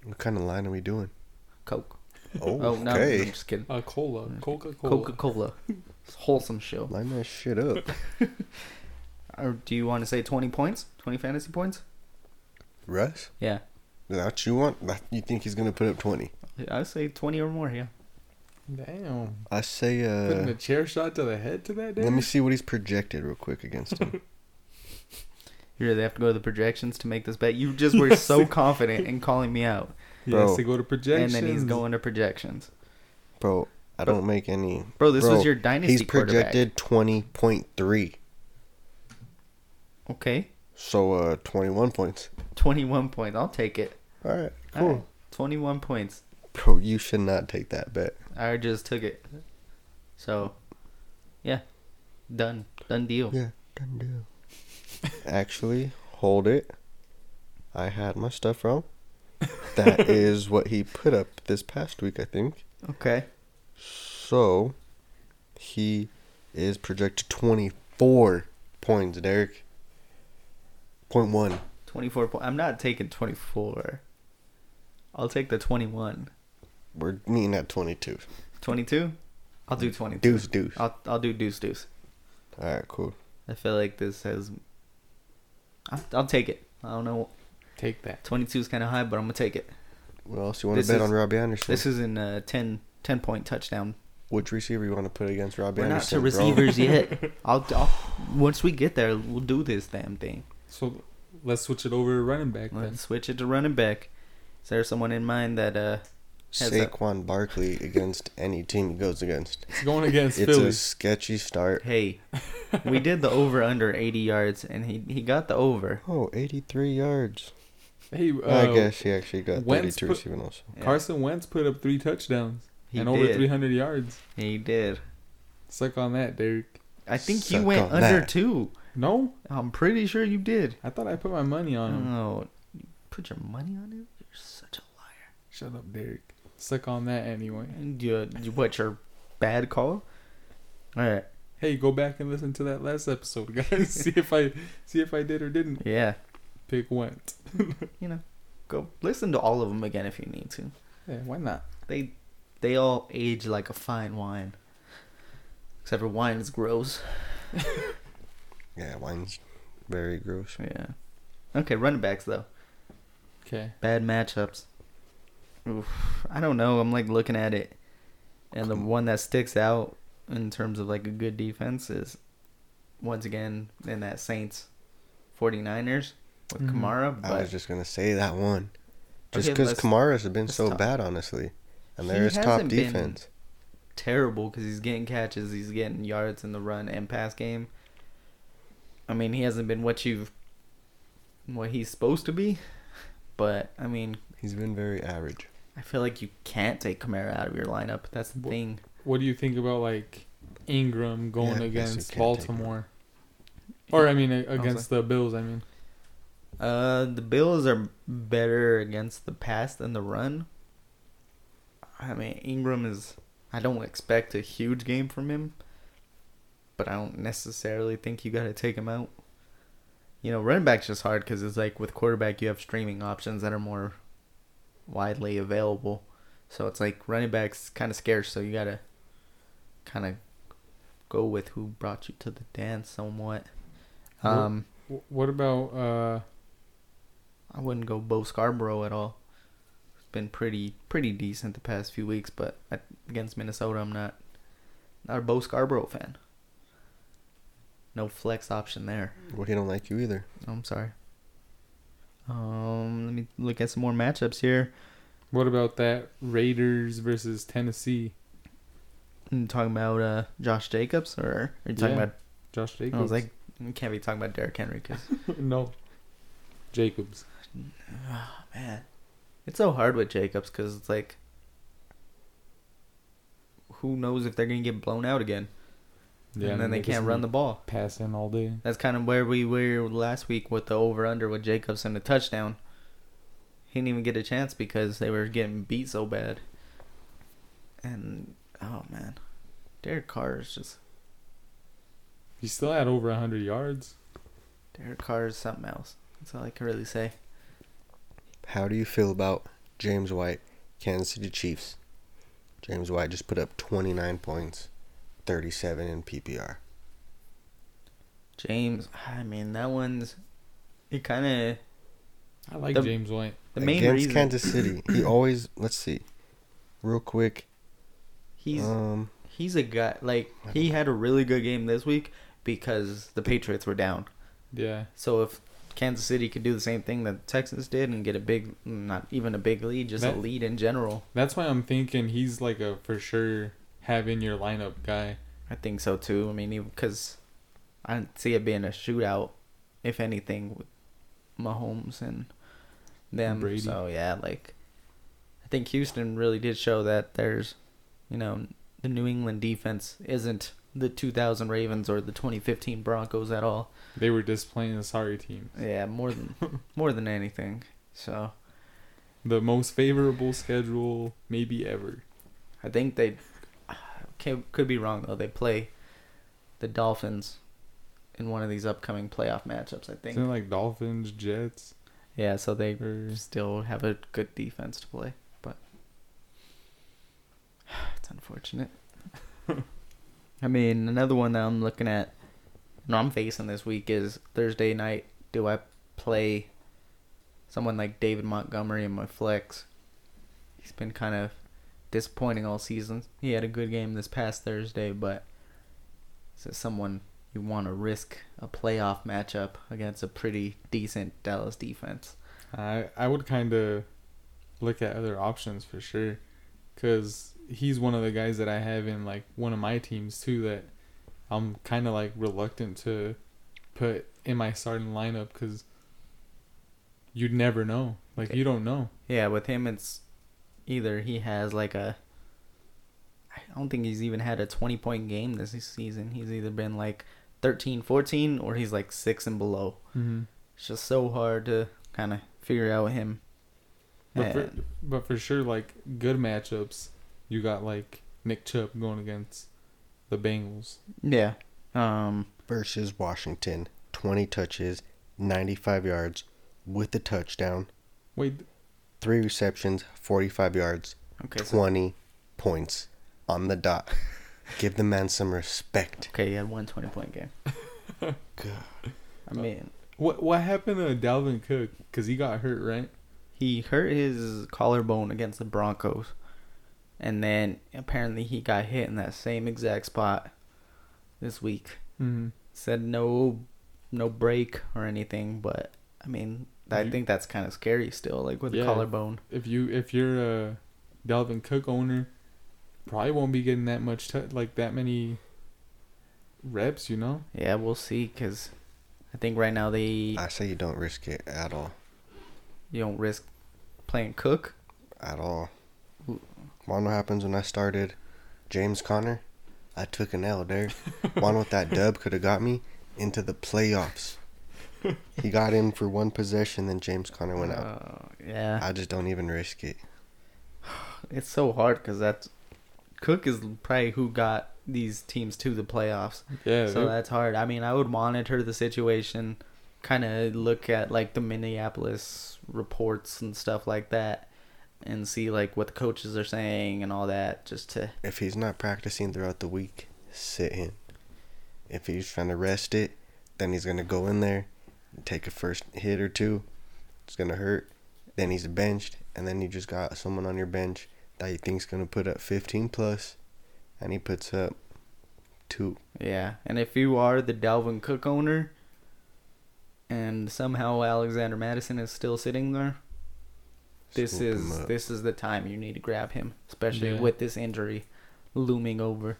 Speaker 2: What kind of line are we doing?
Speaker 1: Coke. (laughs)
Speaker 2: Oh,
Speaker 1: Oh no,
Speaker 2: okay.
Speaker 1: I'm just kidding.
Speaker 3: A
Speaker 2: Mm.
Speaker 3: cola, Coca Cola.
Speaker 1: (laughs) Coca Cola. Wholesome show.
Speaker 2: Line that shit up.
Speaker 1: or do you want to say 20 points? 20 fantasy points?
Speaker 2: Russ?
Speaker 1: Yeah.
Speaker 2: Is that what you want? That- You think he's gonna put up twenty?
Speaker 1: I would say 20 or more, yeah.
Speaker 3: Damn.
Speaker 2: I say.
Speaker 3: Putting
Speaker 2: uh
Speaker 3: a chair shot to the head to that dude?
Speaker 2: Let me see what he's projected real quick against him.
Speaker 1: You really have to go to the projections to make this bet. You just were so confident in calling me out.
Speaker 3: He has
Speaker 2: Bro.
Speaker 3: to go to projections.
Speaker 1: And then he's going to projections.
Speaker 2: Bro, I
Speaker 1: Bro-
Speaker 2: don't make any.
Speaker 1: Bro, this
Speaker 2: Bro,
Speaker 1: was your dynasty
Speaker 2: He's projected twenty point three,
Speaker 1: quarterback. Okay.
Speaker 2: so uh, twenty one points.
Speaker 1: 21 points. I'll take it.
Speaker 2: All right,
Speaker 1: All
Speaker 2: cool.
Speaker 1: right. 21 points.
Speaker 2: Bro, you should not take that bet.
Speaker 1: I just took it. So, yeah. Done. Done deal.
Speaker 2: Yeah, done deal. (laughs) Actually, hold it. I had my stuff wrong.
Speaker 1: (laughs)
Speaker 2: That is what he put up this past week, I think.
Speaker 1: Okay.
Speaker 2: So, he is projected twenty four points, Derek. Point one.
Speaker 1: 24 points. I'm not taking 24. I'll take the 21.
Speaker 2: We're meeting at twenty two.
Speaker 1: 22? I'll do 22.
Speaker 2: Deuce, deuce. All
Speaker 1: I'll, I'll do deuce deuce.
Speaker 2: right, cool.
Speaker 1: I feel like this has. I'll, I'll take it. I don't know.
Speaker 3: Take that.
Speaker 1: 22 is kind of high, but I'm going to take it.
Speaker 2: What else you want
Speaker 1: This
Speaker 2: to bet
Speaker 1: is-
Speaker 2: on Robbie Anderson?
Speaker 1: This is in a 10, 10 point touchdown.
Speaker 2: Which receiver you want to put against Robbie
Speaker 1: We're not to
Speaker 2: Anderson? bro?
Speaker 1: receivers
Speaker 2: (laughs)
Speaker 1: yet. (laughs) I'll, I'll Once we get there, we'll do this damn thing.
Speaker 3: So let's switch it over to running back then.
Speaker 1: Let's switch it to running back. Is there someone in mind that. uh? Heads up.
Speaker 2: Saquon Barkley against any team he goes against.
Speaker 3: It's going against
Speaker 2: It's
Speaker 3: Philly.
Speaker 2: a sketchy start. (laughs)
Speaker 1: Hey, we did the over under 80 yards, and he, he got the over.
Speaker 2: Oh, 83 yards.
Speaker 3: Hey,
Speaker 2: I
Speaker 1: Oh.
Speaker 3: uh,
Speaker 2: guess he actually got
Speaker 3: Wentz
Speaker 2: 32
Speaker 3: put-
Speaker 2: receiving also.
Speaker 1: Yeah,
Speaker 3: Carson Wentz put up three touchdowns
Speaker 1: he
Speaker 3: and
Speaker 1: did.
Speaker 3: over 300 yards.
Speaker 1: He did.
Speaker 3: Suck on that, Derek.
Speaker 1: I think you
Speaker 2: Suck
Speaker 1: went
Speaker 2: on
Speaker 1: under
Speaker 2: that.
Speaker 1: two.
Speaker 3: No,
Speaker 1: I'm pretty sure you did.
Speaker 3: I thought I put my money on him.
Speaker 1: No, you put your money on it. You're such a
Speaker 3: Shut up, Derek. Suck on that anyway.
Speaker 1: liar. You, you what? Your bad call. All right.
Speaker 3: Hey, go back and listen to that last episode, (laughs) guys. see if I see if I did or didn't
Speaker 1: Yeah.
Speaker 3: pick Wentz.
Speaker 1: You know, go listen to all of them again if you need to.
Speaker 3: Yeah, why not?
Speaker 1: They they all age like a fine wine. Except for wine is gross.
Speaker 2: Yeah, wine's very gross.
Speaker 1: Yeah. Okay, running backs though.
Speaker 3: Okay.
Speaker 1: Bad matchups. Oof. I don't know. I'm like looking at it, and the one that sticks out in terms of like a good defense is once again in that Saints 49ers with
Speaker 3: Mhm.
Speaker 1: Kamara.
Speaker 2: I was
Speaker 1: But
Speaker 2: just going to say that one. Just
Speaker 1: Okay,
Speaker 2: because
Speaker 1: let's-
Speaker 2: Kamara's has been
Speaker 1: let's
Speaker 2: so
Speaker 1: talk.
Speaker 2: bad, honestly. And
Speaker 1: He
Speaker 2: there is top
Speaker 1: hasn't been-
Speaker 2: defense.
Speaker 1: terrible because he's getting catches, he's getting yards in the run and pass game. I mean, he hasn't been what you've what he's supposed to be, but I mean,
Speaker 2: He's been very average.
Speaker 1: I feel like you can't take Kamara out of your lineup. That's the
Speaker 3: Wha-
Speaker 1: thing.
Speaker 3: What do you think about like Ingram going
Speaker 2: Yeah, I guess you
Speaker 3: against
Speaker 2: can't take him.
Speaker 3: Baltimore? Or I mean a- against the Bills, I mean.
Speaker 1: Uh, the Bills are better against the pass than the run. I mean, Ingram is. I don't expect a huge game from him, but I don't necessarily think you got to take him out. You know, running back's just hard because it's like with quarterback, you have streaming options that are more widely available. So it's like running back's kind of scarce, so you got to kind of go with who brought you to the dance somewhat.
Speaker 3: Wha-
Speaker 1: Um,
Speaker 3: Wh- What about uh
Speaker 1: I wouldn't go Bo Scarborough at all. It's been pretty pretty decent the past few weeks, but I- against Minnesota, I'm not not a Bo Scarborough fan. No flex option there. Oh,
Speaker 2: Well, he don't like you either.
Speaker 1: I'm sorry. Um, let me look at some more matchups here.
Speaker 3: what about that Raiders versus Tennessee?
Speaker 1: You talking about uh, Josh Jacobs, or are you talking
Speaker 3: Yeah,
Speaker 1: about?
Speaker 3: Josh Jacobs.
Speaker 1: I was like, you can't be talking about Derrick Henry because
Speaker 3: (laughs) no. Jacobs.
Speaker 1: Ah, man, it's so hard with Jacobs because it's like, who knows if they're gonna get blown out again. and then they can't run the ball.
Speaker 3: pass in all day.
Speaker 1: That's kind of where we were last week with the over under with Jacobs and the touchdown. He didn't even get a chance because they were getting beat so bad. And oh man, Derek Carr is just
Speaker 3: He still had over 100 yards.
Speaker 1: Derek Carr is something else. That's all I can really say.
Speaker 2: How do you feel about James White, Kansas City Chiefs? James White just put up 29 points, 37 in PPR.
Speaker 1: James, I mean that one's he kind of
Speaker 3: I like
Speaker 1: The-
Speaker 3: James White.
Speaker 1: the main
Speaker 2: against
Speaker 1: reason
Speaker 2: Kansas City.
Speaker 1: (clears throat)
Speaker 2: He always let's see, real quick.
Speaker 1: he's
Speaker 2: um,
Speaker 1: he's a guy like he had a really good game this week because the Patriots were down.
Speaker 3: Yeah.
Speaker 1: So if Kansas City could do the same thing that Texans did and get a big, not even a big lead, just a
Speaker 3: That-
Speaker 1: lead in general,
Speaker 3: That's why I'm thinking he's like a for sure have in your lineup guy.
Speaker 1: I think so too. I mean, because I don't see it being a shootout, if anything, with Mahomes and them.
Speaker 3: Brady.
Speaker 1: So yeah, like I think Houston really did show that there's, you know, the New England defense isn't the 2000 Ravens or the 2015 Broncos at all.
Speaker 3: They were displaying the sorry team.
Speaker 1: Yeah, more than more than anything. So
Speaker 3: The most favorable schedule maybe ever.
Speaker 1: I think they (sighs) can, could be wrong though. They play the Dolphins in one of these upcoming playoff matchups. I think.
Speaker 3: Isn't it like Dolphins, Jets,
Speaker 1: Yeah, so they
Speaker 3: or
Speaker 1: still have a good defense to play, but (sighs) it's unfortunate. (laughs) I mean, another one that I'm looking at, no, I'm facing this week is Thursday night. Do I play someone like David Montgomery in my flex? He's been kind of disappointing all season. He had a good game this past Thursday, but is it someone you want to risk a playoff matchup against a pretty decent Dallas defense?
Speaker 3: I I would kind of look at other options for sure, because he's one of the guys that I have in like one of my teams too that I'm kind of like reluctant to put in my starting lineup because you'd never know. Like you don't know.
Speaker 1: Yeah, with him, it's either he has like a. I don't think he's even had a 20 point game this season. He's either been like 13, 14, or he's like 6 and below.
Speaker 3: Mm-hmm.
Speaker 1: It's just so hard to kind of figure out him.
Speaker 3: But for,
Speaker 1: And-
Speaker 3: but for sure, like good matchups, you got like Nick Chubb going against the Bengals.
Speaker 1: yeah. Um,
Speaker 2: versus Washington, twenty touches, ninety-five yards, with a touchdown,
Speaker 3: Wait,
Speaker 2: three receptions, forty-five yards,
Speaker 1: okay. So,
Speaker 2: twenty points on the dot. Give the man some respect.
Speaker 1: okay, he had one 20 point game.
Speaker 2: God.
Speaker 1: I mean,
Speaker 3: what what happened to Dalvin Cook? Cause he got hurt, right?
Speaker 1: he hurt his collarbone against the Broncos, and then apparently he got hit in that same exact spot this week.
Speaker 3: Mm-hmm.
Speaker 1: said no no break or anything but i mean i
Speaker 3: You-
Speaker 1: think that's kind of scary still like with the
Speaker 3: Yeah.
Speaker 1: collarbone
Speaker 3: if you if you're a Dalvin Cook owner, probably won't be getting that much t- like that many reps, you know.
Speaker 1: yeah we'll see because i think right now they
Speaker 2: I say you don't risk it at all,
Speaker 1: you don't risk playing cook
Speaker 2: at all.
Speaker 1: Who-
Speaker 2: Wanna know what happens when I started James Conner? I took an L there. Wanna know what that dub could have got me into the playoffs. He got in for one possession, then James Conner went out.
Speaker 1: Uh, yeah
Speaker 2: I just don't even risk it.
Speaker 1: it's so hard because that's cook is probably who got these teams to the playoffs
Speaker 3: Yeah.
Speaker 1: so
Speaker 3: So
Speaker 1: that's hard i mean i would monitor the situation kind of look at like the minneapolis reports and stuff like that and see like what the coaches are saying and all that just to
Speaker 2: If he's not practicing throughout the week, sit him. If he's trying to rest it, then he's gonna go in there and take a first hit or two. It's gonna hurt. Then he's benched, and then you just got someone on your bench that you think's gonna put up 15 plus, and he puts up two.
Speaker 1: Yeah, and if you are the Dalvin Cook owner, and somehow Alexander Madison is still sitting there, this
Speaker 2: Swoop him
Speaker 1: is
Speaker 2: up.
Speaker 1: this is the time you need to grab him, especially
Speaker 3: Yeah.
Speaker 1: with this injury looming over.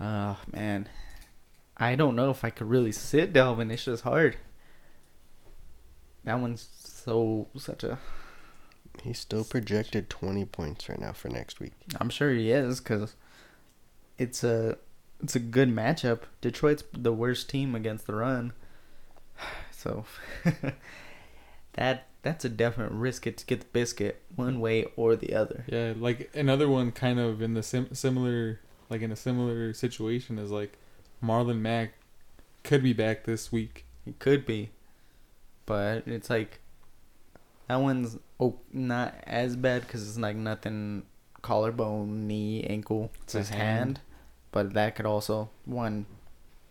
Speaker 1: Oh man, I don't know if I could really sit Dalvin. It's just hard. That one's so such a.
Speaker 2: He's still projected 20 points right now for next week.
Speaker 1: I'm sure he is because it's a it's a good matchup. Detroit's the worst team against the run, (sighs) so (laughs) that that's a definite risk. It to get the biscuit one way or the other.
Speaker 3: yeah, like another one kind of in the sim- similar like in a similar situation is like Marlon Mack could be back this week.
Speaker 1: It could be, but it's like that one's oh not as bad because it's like nothing collarbone, knee, ankle, it's
Speaker 3: a
Speaker 1: his
Speaker 3: hand.
Speaker 1: hand. But that could also one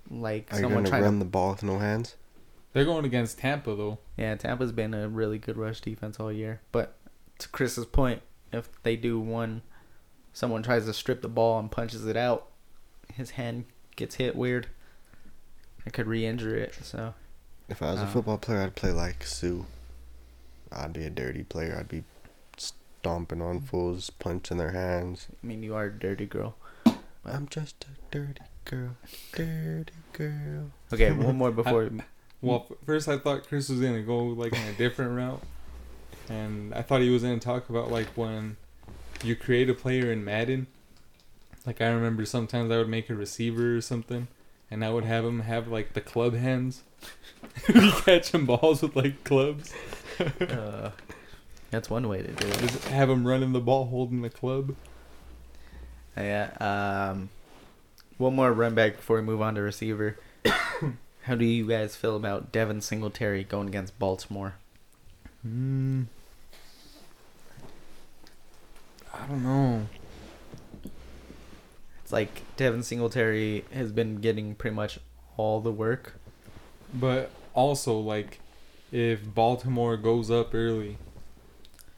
Speaker 1: Like
Speaker 2: Are you
Speaker 1: someone
Speaker 2: going to
Speaker 1: trying
Speaker 2: run
Speaker 1: to.
Speaker 2: the ball with no hands?
Speaker 3: They're going against Tampa though.
Speaker 1: Yeah, Tampa's been a really good rush defense all year. But to Chris's point, if they do one, someone tries to strip the ball and punches it out, his hand gets hit weird. It could re-injure it. So
Speaker 2: If I was a
Speaker 1: Uh.
Speaker 2: football player, I'd play like Sue. I'd be a dirty player. I'd be stomping
Speaker 1: Mm.
Speaker 2: on fools, punching their hands.
Speaker 1: I mean, you are a dirty girl.
Speaker 2: I'm just a dirty girl, dirty girl.
Speaker 1: Okay, one more before.
Speaker 3: Well, f- first I thought Chris was gonna go like in a different route, and I thought he was gonna talk about like when you create a player in Madden. Like I remember sometimes I would make a receiver or something, and I would have him have like the club hands, (laughs) be catching balls with like clubs.
Speaker 1: uh, that's one way to do it.
Speaker 3: Just have him running the ball holding the club.
Speaker 1: Uh, Yeah. Um, one more run back before we move on to receiver. (coughs) How do you guys feel about Devin Singletary going against Baltimore?
Speaker 3: Mm. I don't know.
Speaker 1: It's like Devin Singletary has been getting pretty much all the work.
Speaker 3: But also, like, if Baltimore goes up early,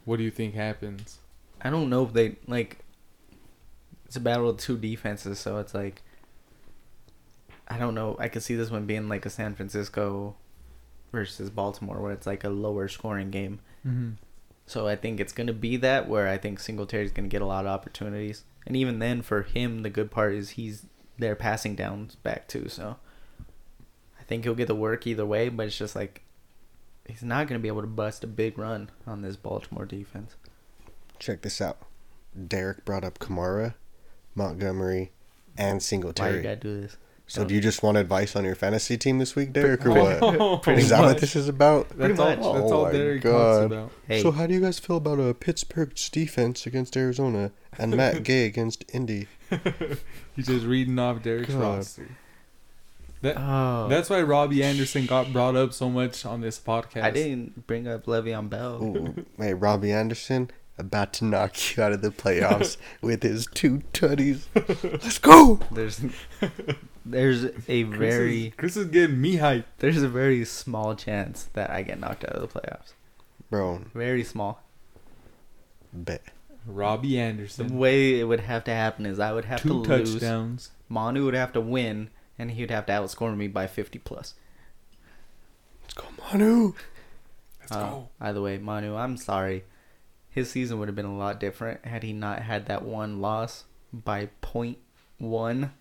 Speaker 3: what do you think happens?
Speaker 1: I don't know if they like. It's a battle of two defenses, so it's like. I don't know. I could see this one being like a San Francisco versus Baltimore, where it's like a lower scoring game.
Speaker 3: Mm-hmm.
Speaker 1: So I think it's going to be that where I think Singletary's going to get a lot of opportunities. And even then, for him, the good part is he's their passing downs back too. So I think he'll get the work either way, but it's just like he's not going to be able to bust a big run on this Baltimore defense.
Speaker 2: Check this out. Derek brought up Kamara, Montgomery, and
Speaker 1: Why you
Speaker 2: Singletary.
Speaker 1: got to do this?
Speaker 2: so do you just want advice on your fantasy team this week, Derek, or what?
Speaker 3: Oh,
Speaker 1: (laughs) Pretty
Speaker 2: Is that what this is about?
Speaker 1: Pretty
Speaker 3: That's all,
Speaker 1: much.
Speaker 3: that's
Speaker 2: Oh
Speaker 3: all
Speaker 2: my
Speaker 3: Derek
Speaker 2: God.
Speaker 3: talks about.
Speaker 1: Hey,
Speaker 2: So how do you guys feel about uh, Pittsburgh's defense against Arizona and
Speaker 1: (laughs)
Speaker 2: Matt Gay against Indy?
Speaker 3: He's just reading off Derek's
Speaker 2: God.
Speaker 3: roster. That,
Speaker 1: oh,
Speaker 3: That's why Robbie Anderson got brought up so much on this podcast.
Speaker 1: I didn't bring up Le'Veon Bell.
Speaker 2: Ooh, hey, Robbie Anderson about to knock you out of the (laughs) playoffs with his two tutties. Let's go!
Speaker 3: (laughs)
Speaker 1: There's there's a
Speaker 3: Chris
Speaker 1: very
Speaker 3: is, Chris is getting me hyped.
Speaker 1: there's a very small chance that I get knocked out of the playoffs.
Speaker 2: Bro,
Speaker 1: Very small.
Speaker 2: bet.
Speaker 3: Robbie
Speaker 1: The
Speaker 3: Anderson,
Speaker 1: way it would have to happen is I would have
Speaker 3: two
Speaker 1: to lose.
Speaker 3: touchdowns.
Speaker 1: Manu would have to win, and he'd have to outscore me by 50 plus.
Speaker 2: Let's go, Manu!
Speaker 3: Let's
Speaker 1: Uh,
Speaker 3: go.
Speaker 1: Either way, Manu, I'm sorry. His season would have been a lot different had he not had that one loss by point one,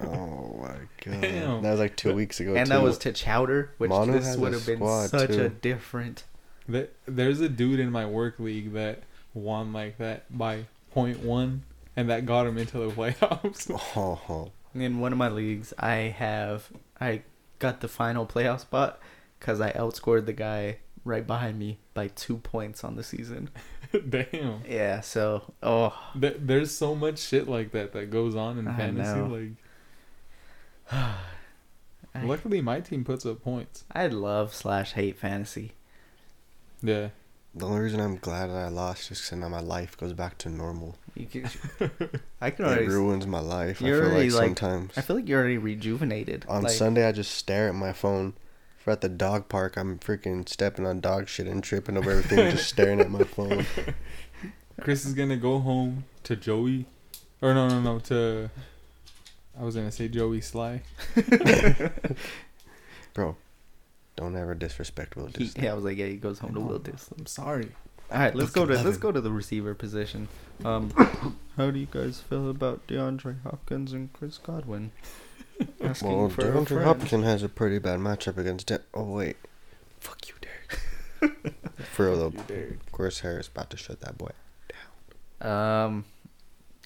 Speaker 2: Oh my god.
Speaker 3: Damn.
Speaker 2: That was like two weeks ago.
Speaker 1: and
Speaker 2: too.
Speaker 1: that was to Chowder, which
Speaker 2: Manu
Speaker 1: this
Speaker 2: has
Speaker 1: would
Speaker 2: a
Speaker 1: have been
Speaker 2: squad,
Speaker 1: such a
Speaker 2: too.
Speaker 1: different.
Speaker 3: Th there's a dude in my work league that won like that by point one, and that got him into the (laughs) playoffs.
Speaker 2: Oh, oh.
Speaker 1: In one of my leagues, I have I got the final playoff spot because I outscored the guy right behind me by two points on the season.
Speaker 3: (laughs) Damn.
Speaker 1: Yeah, so oh,
Speaker 3: Th- there's so much shit like that that goes on in
Speaker 1: I
Speaker 3: fantasy.
Speaker 1: know.
Speaker 3: Like, (sighs) luckily my team puts up points.
Speaker 1: I love slash hate fantasy.
Speaker 3: Yeah.
Speaker 2: The only reason I'm glad that I lost is because now my life goes back to normal.
Speaker 1: You can,
Speaker 3: (laughs)
Speaker 1: I can
Speaker 2: It
Speaker 1: already.
Speaker 2: ruins my life. I
Speaker 1: You're
Speaker 2: feel
Speaker 1: already,
Speaker 2: like
Speaker 1: like-
Speaker 2: sometimes.
Speaker 1: I feel like you're already rejuvenated.
Speaker 2: On
Speaker 1: like,
Speaker 2: Sunday, I just stare at my phone. If we're at the dog park, I'm freaking stepping on dog shit and tripping over everything, just staring at
Speaker 1: (laughs)
Speaker 2: my phone.
Speaker 3: Chris is gonna go home to Joey, or no, no, no, to. I was gonna say Joey Sly.
Speaker 2: Bro, don't ever disrespect Will
Speaker 1: he,
Speaker 2: Disney.
Speaker 1: yeah, I was like, yeah, he goes home to Will Disley.
Speaker 3: I'm sorry.
Speaker 1: All right, let's
Speaker 2: Look
Speaker 1: go to
Speaker 2: at
Speaker 1: let's
Speaker 2: him.
Speaker 1: go to the receiver position.
Speaker 2: (coughs)
Speaker 1: Um, how do you guys feel about DeAndre Hopkins and Chris
Speaker 3: (laughs)
Speaker 1: Godwin? Asking
Speaker 2: Well,
Speaker 1: for a
Speaker 2: DeAndre
Speaker 1: friend.
Speaker 2: Hopkins has a pretty bad matchup against. De- oh wait, fuck you, Derek. (laughs) For real though, of course, Harris about to shut that boy.
Speaker 1: Um,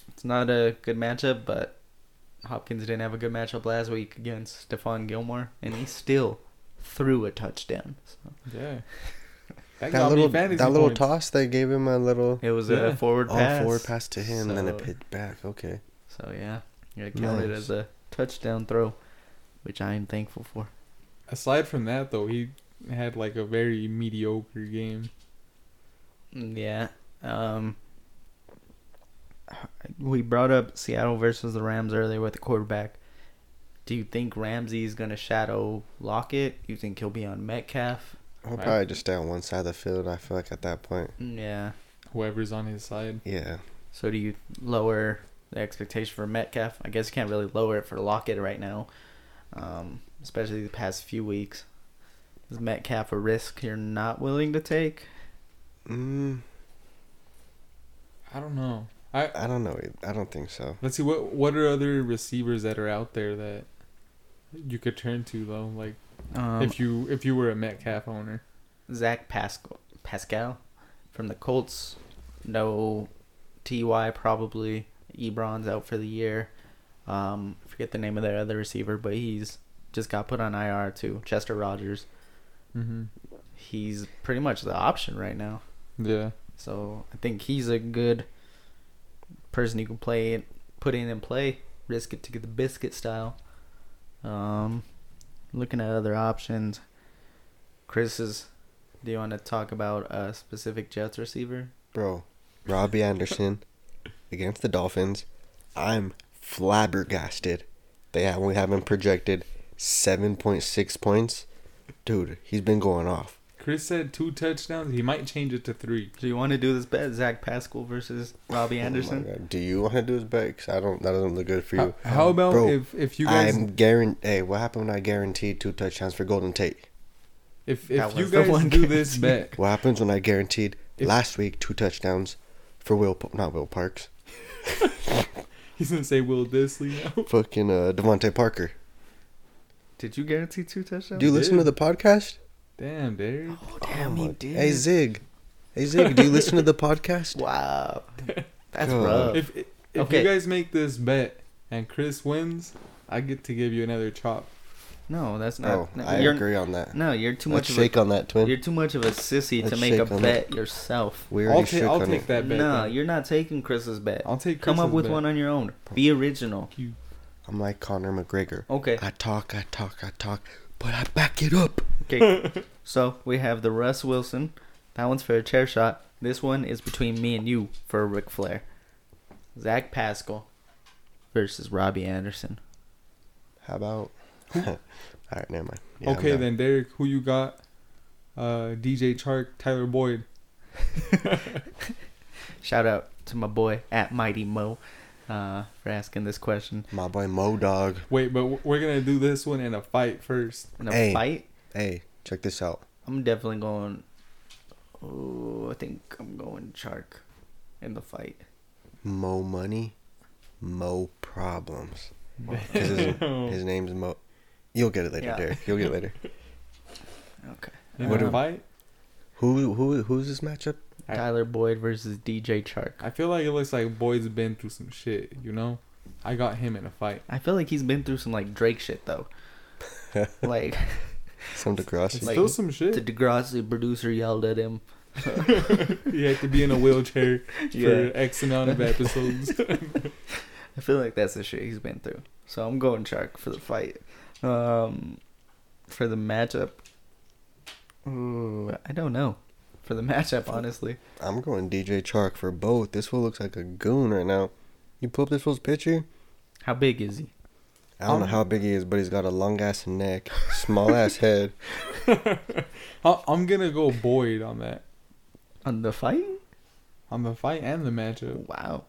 Speaker 1: it's not a good matchup, but Hopkins didn't have a good matchup last week against Stephon Gilmore, and he still threw a touchdown. So
Speaker 3: Yeah. That,
Speaker 2: That
Speaker 3: got
Speaker 2: little,
Speaker 3: me fantasy
Speaker 2: that little
Speaker 3: points.
Speaker 2: toss they gave him a little
Speaker 1: it was
Speaker 3: Yeah.
Speaker 1: a Oh, forward
Speaker 2: all
Speaker 1: pass.
Speaker 2: forward pass to him, then a
Speaker 1: So-
Speaker 2: pitch back. Okay,
Speaker 1: So yeah, it counted
Speaker 2: Nice.
Speaker 1: as a touchdown throw, which I am thankful for.
Speaker 3: Aside from that, though, he had like a very mediocre game.
Speaker 1: Yeah. Um. We brought up Seattle versus the Rams earlier with the quarterback. Do you think Ramsey is gonna shadow Lockett? You think he'll be on Metcalf?
Speaker 2: I'll
Speaker 3: Right.
Speaker 2: probably just stay on one side of the field. I feel like at that point,
Speaker 1: Yeah.
Speaker 3: Whoever's on his side.
Speaker 2: yeah,
Speaker 1: So do you lower the expectation for Metcalf? I guess you can't really lower it for Lockett right now, um, especially the past few weeks. Is Metcalf a risk you're not willing to take?
Speaker 2: mm,
Speaker 3: I don't know. I
Speaker 2: I don't know. I don't think so.
Speaker 3: let's see what what are other receivers that are out there that you could turn to though. Like
Speaker 1: Um,
Speaker 3: if you if you were a Metcalf owner,
Speaker 1: Zach Pascal, Pascal from the Colts. No TY probably. Ebron's out for the year. Um, I forget the name of their other receiver, but he's just got put on IR too. Chester Rogers.
Speaker 3: mm-hmm.
Speaker 1: He's pretty much the option right now.
Speaker 3: yeah,
Speaker 1: So I think he's a good person you can play it, put in and play, risk it to get the biscuit style. Um, looking at other options, Chris is. Do you want to talk about a specific Jets receiver?
Speaker 2: Bro, Robbie Anderson against the Dolphins. I'm flabbergasted. They have, we haven't projected 7.6 points. Dude, he's been going off.
Speaker 3: Chris said two touchdowns. He might change it to three.
Speaker 1: Do you want to do this bet, Zach Pascal versus Robbie
Speaker 2: (laughs) Oh my
Speaker 1: Anderson?
Speaker 2: God. do you want to do his bet? 'Cause I don't. That doesn't look good for
Speaker 3: How,
Speaker 2: you. Um,
Speaker 3: how about
Speaker 2: Bro,
Speaker 3: if if you guys
Speaker 2: I'm guaranteed. Hey, what happened when I guaranteed two touchdowns for Golden Tate?
Speaker 3: if
Speaker 1: That
Speaker 3: if you
Speaker 1: was the
Speaker 3: guys
Speaker 1: one
Speaker 3: do
Speaker 1: (laughs)
Speaker 3: this
Speaker 1: guarantee.
Speaker 3: bet?
Speaker 2: What happens when I guaranteed
Speaker 3: If-
Speaker 2: last week two touchdowns for Will? Pa- Not Will Parks.
Speaker 3: He's gonna say Will Disley now.
Speaker 2: Fucking uh, Devontae Parker.
Speaker 1: Did you guarantee two touchdowns?
Speaker 2: Do you listen to
Speaker 3: did.
Speaker 2: the podcast?
Speaker 3: (laughs) Damn, Derek.
Speaker 1: oh damn,
Speaker 2: Oh
Speaker 1: he
Speaker 2: my-
Speaker 1: did.
Speaker 2: Hey Zig, hey Zig, do you listen to the podcast? (laughs)
Speaker 1: Wow, that's
Speaker 2: God. Oh,
Speaker 1: rough.
Speaker 3: If if
Speaker 1: Okay.
Speaker 3: you guys make this bet and Chris wins, I get to give you another chop.
Speaker 1: no, that's not.
Speaker 2: Oh,
Speaker 1: no,
Speaker 2: I
Speaker 1: you're,
Speaker 2: agree on that.
Speaker 1: No, you're too
Speaker 2: Let's
Speaker 1: much.
Speaker 2: shake
Speaker 1: of
Speaker 2: on that,
Speaker 1: a, you're
Speaker 2: twin.
Speaker 1: too much of a sissy to
Speaker 2: Let's
Speaker 1: make a
Speaker 2: shake on that.
Speaker 1: bet yourself.
Speaker 2: We already
Speaker 3: I'll, ta-
Speaker 2: shook
Speaker 3: I'll
Speaker 2: on
Speaker 3: take
Speaker 2: it.
Speaker 3: that bet.
Speaker 1: No,
Speaker 3: then.
Speaker 1: you're not taking Chris's bet.
Speaker 3: I'll take.
Speaker 1: Come up
Speaker 3: Chris's
Speaker 1: with
Speaker 3: bet.
Speaker 1: one on your own. Be original.
Speaker 3: Thank you.
Speaker 2: I'm like Conor McGregor.
Speaker 3: (laughs)
Speaker 1: Okay.
Speaker 2: I talk, I talk, I talk, but I back it up.
Speaker 1: Okay. so we have the Russ Wilson. That one's for a chair shot. This one is between me and you for a Ric Flair. Zach Pascal versus Robbie Anderson.
Speaker 2: How (laughs) about? All right, never mind. Yeah, I'm
Speaker 3: okay
Speaker 2: done.
Speaker 3: then, Derek, who you got? Uh, DJ Chark, Tyler Boyd.
Speaker 1: Shout out to my boy at Mighty Mo uh, for asking this question.
Speaker 2: My boy Mo Dog.
Speaker 3: Wait, but w- we're gonna do this one in a fight first.
Speaker 1: In a
Speaker 2: Hey.
Speaker 1: fight,
Speaker 2: Hey, check this out.
Speaker 1: I'm definitely going. Oh, I think I'm going Shark in the fight.
Speaker 2: Mo Money, Mo Problems. (laughs) 'Cause
Speaker 1: (laughs)
Speaker 2: his, his name's Mo. You'll get it later,
Speaker 1: Yeah.
Speaker 2: Derek. You'll get
Speaker 1: (laughs)
Speaker 2: it later.
Speaker 1: Okay.
Speaker 3: In
Speaker 2: What
Speaker 3: a
Speaker 2: do-
Speaker 3: fight?
Speaker 2: Who who who's this matchup?
Speaker 3: I-
Speaker 1: Tyler Boyd versus DJ Chark.
Speaker 3: I feel like it looks like Boyd's been through some shit. You know, I got him in a fight.
Speaker 1: I feel like he's been through some like Drake shit though. like
Speaker 2: Some DeGrassi.
Speaker 3: It's
Speaker 1: Like-
Speaker 3: still some
Speaker 1: the
Speaker 3: shit.
Speaker 1: Degrassi producer yelled at him.
Speaker 3: (laughs) he had to be in a wheelchair
Speaker 1: Yeah.
Speaker 3: for X amount of episodes.
Speaker 1: I feel like that's the shit he's been through. So I'm going Shark for the fight. Um, for the matchup, ooh, I don't know. For the matchup, honestly,
Speaker 2: I'm going DJ Chark for both. This fool looks like a goon right now. You pull up this fool's picture.
Speaker 1: how big is he?
Speaker 2: I don't know
Speaker 3: Um,
Speaker 2: how big he is, but he's got a long ass neck, small
Speaker 3: (laughs)
Speaker 2: ass head.
Speaker 3: I- I'm gonna go Boyd on that,
Speaker 1: On the fight?
Speaker 3: on the fight and the matchup.
Speaker 1: Wow.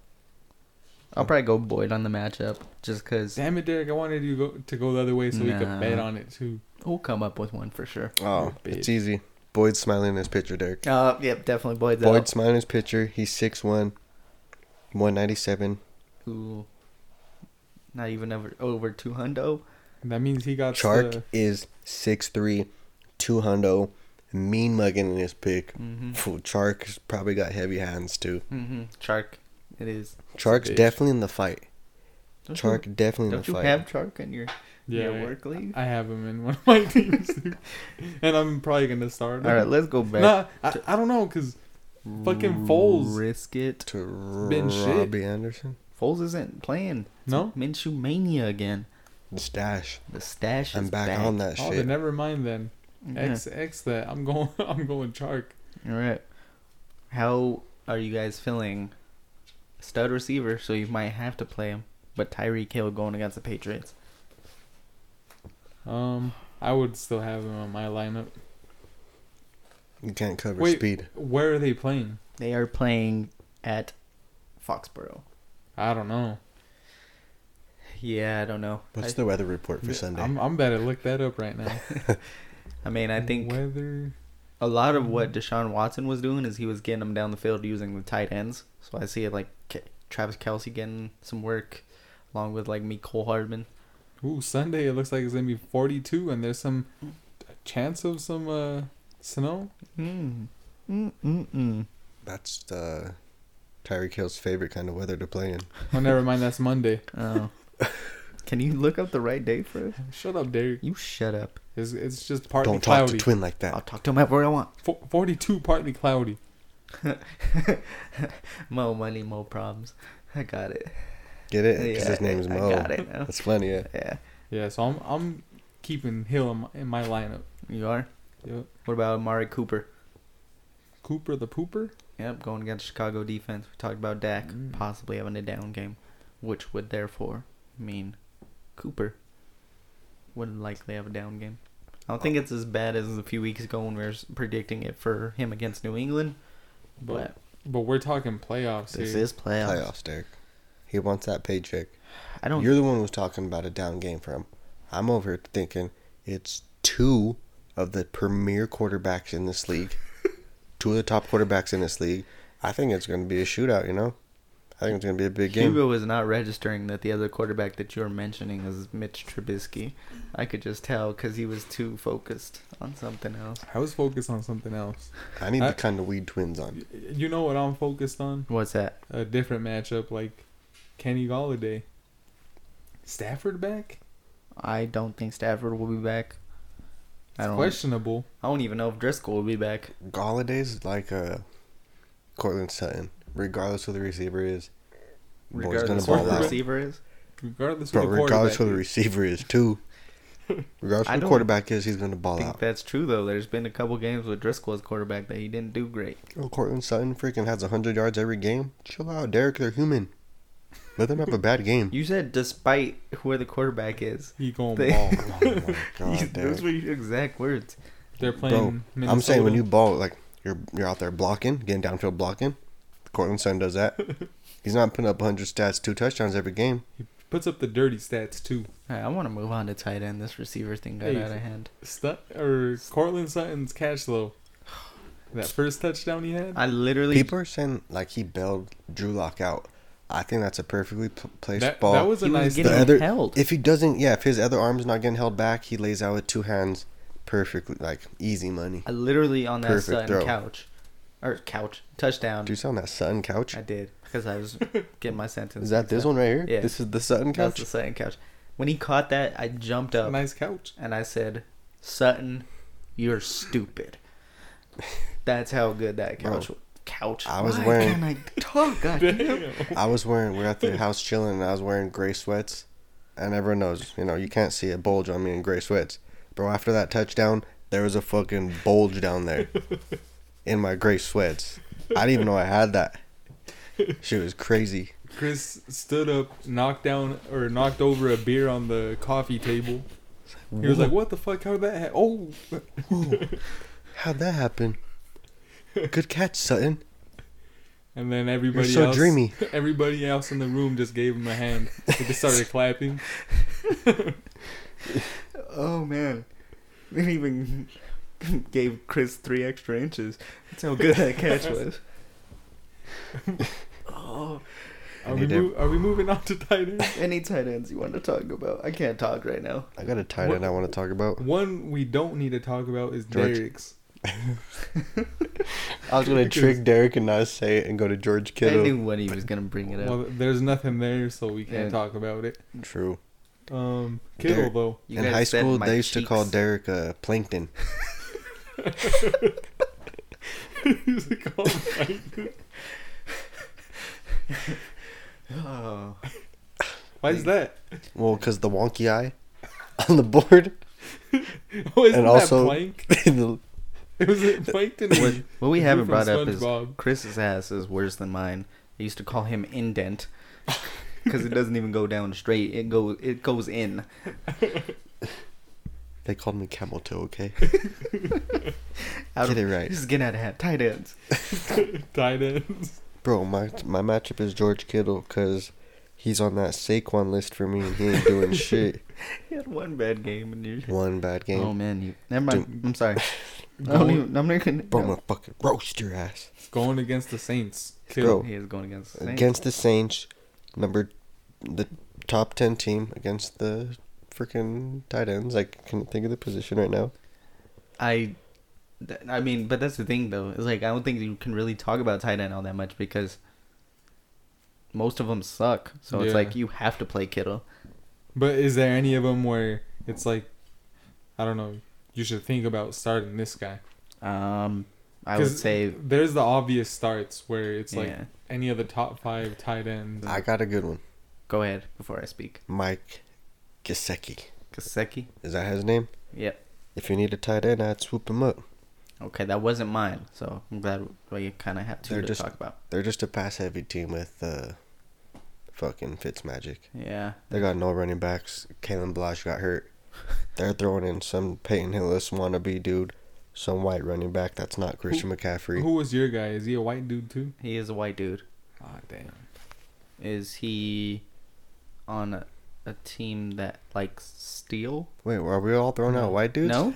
Speaker 1: I'll probably go Boyd on the matchup just because
Speaker 3: Damn it, Derek! I wanted you go- to go the other way so we could
Speaker 1: Nah.
Speaker 3: bet on it too.
Speaker 1: we'll come up with one for sure.
Speaker 2: Oh, it's easy. Boyd's smiling in his picture, Derek.
Speaker 1: Uh, yep, definitely Boyd's out.
Speaker 2: Boyd's smiling in his picture. He's 6'1", 197.
Speaker 1: Ooh. Not even over over two hundo.
Speaker 3: That means he got
Speaker 2: Chark
Speaker 3: the-
Speaker 2: is 6'3", 200, mean mugging in his pick.
Speaker 1: Mm-hmm.
Speaker 3: Mm.
Speaker 2: Fool, Chark's probably got heavy hands too.
Speaker 1: Mm-hmm. Chark. It is.
Speaker 2: Chark's
Speaker 3: bitch.
Speaker 2: definitely in the fight.
Speaker 1: Don't
Speaker 2: Chark
Speaker 1: You,
Speaker 2: definitely in
Speaker 1: don't
Speaker 2: the
Speaker 1: you
Speaker 2: fight.
Speaker 1: have Chark in your,
Speaker 3: yeah,
Speaker 1: your work league?
Speaker 3: I have him in one of my (laughs) teams, dude. and I'm probably gonna start. him.
Speaker 1: All right, let's go back.
Speaker 3: nah, I, I don't know because fucking Foles.
Speaker 1: Risk it.
Speaker 2: to
Speaker 3: been shit.
Speaker 2: Robbie Anderson.
Speaker 1: Foles isn't playing.
Speaker 3: no.
Speaker 1: Minshew mania again.
Speaker 2: The stash.
Speaker 1: The stash is
Speaker 2: I'm back, on that
Speaker 3: Oh,
Speaker 2: shit.
Speaker 3: then never mind then.
Speaker 1: Yeah.
Speaker 3: X X that. I'm going. (laughs) I'm going Chark.
Speaker 1: All right. How are you guys feeling? Stud receiver, so you might have to play him. But Tyreek Hill going against the Patriots.
Speaker 3: Um, I would still have him on my lineup.
Speaker 2: You can't cover
Speaker 3: Wait.
Speaker 2: speed.
Speaker 3: Where are they playing?
Speaker 1: They are playing at Foxborough.
Speaker 3: I don't know.
Speaker 1: Yeah, I don't know.
Speaker 2: What's
Speaker 1: I,
Speaker 2: the weather report for Sunday?
Speaker 3: I'm I'm about to look that up right now.
Speaker 1: I mean, I think
Speaker 3: weather.
Speaker 1: a lot of what Deshaun Watson was doing is he was getting them down the field using the tight ends. So I see it like K- Travis Kelsey getting some work along with like me Cole Hardman.
Speaker 3: Ooh, Sunday. It looks like it's gonna be 42, and there's some chance of some uh snow.
Speaker 1: Mm. Mm, mm, mm.
Speaker 2: That's uh, Tyreek Hill's favorite kind of weather to play in.
Speaker 3: Oh, never mind. That's Monday. (laughs)
Speaker 1: Oh. Can you look up the right date for us?
Speaker 3: Shut up, Derek.
Speaker 1: You shut up.
Speaker 3: It's it's just partly
Speaker 2: Don't talk
Speaker 3: cloudy.
Speaker 2: to Twin like
Speaker 1: I'll
Speaker 2: that.
Speaker 1: talk to him however I want.
Speaker 3: Fo- 42, partly cloudy.
Speaker 1: Mo money, mo problems. I got it.
Speaker 2: Get it? Because his
Speaker 1: Yeah,
Speaker 2: name's
Speaker 1: I
Speaker 2: Mo.
Speaker 1: got it now.
Speaker 2: That's funny.
Speaker 1: (laughs)
Speaker 2: Yeah.
Speaker 1: Yeah.
Speaker 3: Yeah. So I'm I'm keeping Hill in my, in my lineup.
Speaker 1: You are?
Speaker 3: Yep.
Speaker 1: What about Amari Cooper?
Speaker 3: Cooper the pooper.
Speaker 1: Yep, going against Chicago defense. We talked about Dak
Speaker 3: Mm.
Speaker 1: possibly having a down game, which would therefore mean Cooper would likely have a down game. I don't think it's as bad as a few weeks ago when we were s- predicting it for him against New England,
Speaker 3: But
Speaker 1: but
Speaker 3: but we're talking playoffs
Speaker 1: this
Speaker 3: here.
Speaker 1: is playoffs.
Speaker 2: Playoffs, Derek. He wants that paycheck.
Speaker 1: I don't.
Speaker 2: You're the one who's talking about a down game for him. I'm over here thinking it's two of the premier quarterbacks in
Speaker 3: (laughs)
Speaker 2: this league, two of the top quarterbacks in this league. I think it's going to be a shootout. You know, I think it's going to be a big game.
Speaker 1: Hugo is not registering that the other quarterback that you're mentioning is Mitch Trubisky. I could just tell because he was too focused on something else.
Speaker 3: I was focused on something else.
Speaker 2: I need
Speaker 3: I-
Speaker 2: the kind of weed twins on.
Speaker 3: Y- You know what I'm focused on?
Speaker 1: What's that?
Speaker 3: A different matchup like Kenny Galladay. Stafford back?
Speaker 1: I don't think Stafford will be back.
Speaker 3: It's
Speaker 1: I don't.
Speaker 3: questionable.
Speaker 1: I don't even know if Driscoll will be back.
Speaker 2: Galladay's like a Cortland Sutton, regardless who the receiver is. Boy's gonna
Speaker 1: regardless of who
Speaker 2: ball
Speaker 1: the
Speaker 2: out.
Speaker 1: receiver is.
Speaker 3: Regardless
Speaker 2: Bro,
Speaker 3: of the quarterback.
Speaker 2: regardless who the receiver is too.
Speaker 1: (laughs)
Speaker 2: Regardless
Speaker 1: I
Speaker 2: who the
Speaker 1: don't
Speaker 2: quarterback is, he's gonna
Speaker 1: I
Speaker 2: ball
Speaker 1: think
Speaker 2: out.
Speaker 1: that's true though. There's been a couple games with Driscoll as quarterback that he didn't do great.
Speaker 2: Oh, Cortland Sutton freaking has hundred yards every game. Chill out, Derek. They're human. Let them have a bad
Speaker 1: (laughs)
Speaker 2: game.
Speaker 1: You said despite where the quarterback is.
Speaker 3: he going
Speaker 1: They-
Speaker 3: ball.
Speaker 2: oh
Speaker 1: (laughs)
Speaker 2: my
Speaker 1: You-
Speaker 2: god,
Speaker 1: those
Speaker 2: Derek.
Speaker 1: were your exact words.
Speaker 3: They're playing
Speaker 2: Bro,
Speaker 3: Minnesota.
Speaker 2: I'm saying when you ball, like you're you're out there blocking, getting downfield blocking. Cortland Sutton
Speaker 1: (laughs)
Speaker 2: does that. he's not putting up hundred stats, two touchdowns every game.
Speaker 3: He puts up the dirty stats too.
Speaker 1: All right, I want to move on to tight end. This receiver thing got
Speaker 3: Hey,
Speaker 1: out of hand.
Speaker 3: Stu- or Cortland Sutton's catch though. That first touchdown he had?
Speaker 1: I literally
Speaker 2: People are saying like he bailed Drew Lock out. I think that's a perfectly p- placed
Speaker 3: that,
Speaker 2: ball.
Speaker 3: that was a
Speaker 1: he was
Speaker 3: nice
Speaker 1: getting
Speaker 2: The other-
Speaker 1: held.
Speaker 2: if he doesn't, yeah, if his other arm's not getting held back, he lays out with two hands, perfectly like easy money.
Speaker 1: I literally on that
Speaker 2: Perfect
Speaker 1: Sutton
Speaker 2: throw.
Speaker 1: couch, or couch touchdown.
Speaker 2: Do you sound that Sutton couch?
Speaker 1: I did because I was getting my sentence.
Speaker 2: (laughs) Is that
Speaker 1: mixed
Speaker 2: this
Speaker 1: up.
Speaker 2: one right here?
Speaker 1: Yeah.
Speaker 2: This is the Sutton
Speaker 1: That's
Speaker 2: couch.
Speaker 1: the Sutton couch. When he caught that, I jumped up.
Speaker 3: nice couch.
Speaker 1: and I said, "Sutton, you're
Speaker 2: (laughs)
Speaker 1: stupid." That's how good that
Speaker 2: Bro,
Speaker 1: couch. couch.
Speaker 2: I was
Speaker 1: Why
Speaker 2: wearing-
Speaker 1: can't (laughs) I
Speaker 2: (laughs)
Speaker 1: talk. God damn.
Speaker 2: I was wearing. We're at the house chilling, and I was wearing gray sweats. And everyone knows, you know, you can't see a bulge on me in gray sweats, bro. After that touchdown, there was a fucking bulge down there in my gray sweats. I didn't even know I had that. Shit was crazy.
Speaker 3: Chris stood up, knocked down or knocked over a beer on the coffee table. He was like, "What the fuck? How would that? Ha- oh,
Speaker 2: How'd that happen? Good catch, Sutton.
Speaker 3: And then everybody
Speaker 2: so
Speaker 3: else,
Speaker 2: dreamy.
Speaker 3: (laughs) everybody else in the room just gave him a hand. They just started
Speaker 2: (laughs)
Speaker 3: clapping.
Speaker 1: Oh man, they even (laughs) gave Chris three extra inches. That's how good that
Speaker 2: (laughs)
Speaker 1: catch was. oh,
Speaker 3: Are
Speaker 2: And
Speaker 3: we,
Speaker 2: he did.
Speaker 3: mov- are we moving on to tight end?
Speaker 1: any tight ends you want to talk about? I can't talk right now.
Speaker 2: I got a tight
Speaker 3: What-
Speaker 2: end I want to talk about.
Speaker 3: One we don't need to talk about is
Speaker 2: George.
Speaker 3: Derek's.
Speaker 2: I
Speaker 1: (laughs)
Speaker 2: was gonna trick Derek and not say it and go to George Kittle.
Speaker 1: I knew when he was gonna bring it up.
Speaker 3: Well, there's nothing there, so we can't
Speaker 1: Yeah.
Speaker 3: talk about it.
Speaker 2: True.
Speaker 3: Um, Kittle
Speaker 2: Derek.
Speaker 3: though,
Speaker 1: (laughs) You
Speaker 2: In
Speaker 1: guys
Speaker 2: high
Speaker 1: said
Speaker 2: school,
Speaker 1: my
Speaker 2: they used to call
Speaker 1: cheeks.
Speaker 2: Derek uh, Plankton.
Speaker 3: He's like, "Oh (laughs) my God."
Speaker 1: (laughs) Oh.
Speaker 3: why is that? (laughs)
Speaker 2: Well, because the wonky eye on the board.
Speaker 3: Oh, isn't that
Speaker 2: And also-
Speaker 3: Plank? (laughs)
Speaker 2: (laughs) The-
Speaker 3: It was it Plank didn't
Speaker 1: What,
Speaker 3: he?
Speaker 1: what we
Speaker 3: You're
Speaker 1: haven't
Speaker 3: from
Speaker 1: brought up is
Speaker 3: SpongeBob.
Speaker 1: Chris's ass is worse than mine. I used to call him
Speaker 2: (laughs)
Speaker 1: indent because it doesn't even go down straight. It goes it goes in.
Speaker 2: They called me camel toe,
Speaker 1: (laughs)
Speaker 2: okay?
Speaker 1: Out of,
Speaker 2: Get it right.
Speaker 1: Just get out of hand. Tight ends. (laughs)
Speaker 3: Tight ends.
Speaker 2: Bro, my my matchup is George Kittle because he's on that Saquon list for me and he
Speaker 1: (laughs)
Speaker 2: ain't doing shit.
Speaker 1: He had one bad game and you.
Speaker 2: One bad game.
Speaker 1: Oh man, you. Never mind. I'm
Speaker 2: (laughs)
Speaker 1: sorry. I don't
Speaker 3: Going,
Speaker 1: even- I'm not gonna.
Speaker 2: Bro, I'm
Speaker 1: no.
Speaker 2: gonna fucking roast your ass.
Speaker 3: going against the Saints.
Speaker 2: Bro.
Speaker 3: Kill.
Speaker 1: He is going against. the Saints.
Speaker 2: Against the Saints, number the top 10 team against the freaking tight ends. I can't think of the position right now.
Speaker 1: I, th- I mean, but that's the thing though. It's like I don't think you can really talk about tight end all that much because most of them suck. So
Speaker 3: Yeah.
Speaker 1: it's like you have to play Kittle.
Speaker 3: But is there any of them where it's like, I don't know, you should think about starting this guy?
Speaker 1: Um, I would
Speaker 3: 'Cause
Speaker 1: say
Speaker 3: there's the obvious starts where it's like
Speaker 1: Yeah.
Speaker 3: any of the top five tight ends.
Speaker 2: I got a good one.
Speaker 1: go ahead before I speak.
Speaker 2: Mike Gesicki.
Speaker 1: Kaseki.
Speaker 2: Is that his name?
Speaker 1: Yep.
Speaker 2: If you need a tight end, I'd swoop him up.
Speaker 1: Okay, that wasn't mine. So I'm glad we kind of have two
Speaker 2: They're
Speaker 1: to
Speaker 2: just-
Speaker 1: talk about.
Speaker 2: They're just a pass heavy team with uh, fucking Fitzmagic.
Speaker 1: Yeah.
Speaker 2: They got no running backs. Kalen Blash got hurt. They're throwing in some Peyton Hillis wannabe dude, some white running back that's not Christian McCaffrey.
Speaker 3: Who was your guy? Is he a white dude too?
Speaker 1: He is a white dude.
Speaker 3: Ah, damn.
Speaker 1: Is he on a, a team that likes steel?
Speaker 2: Wait, are we all throwing out white dudes?
Speaker 1: No.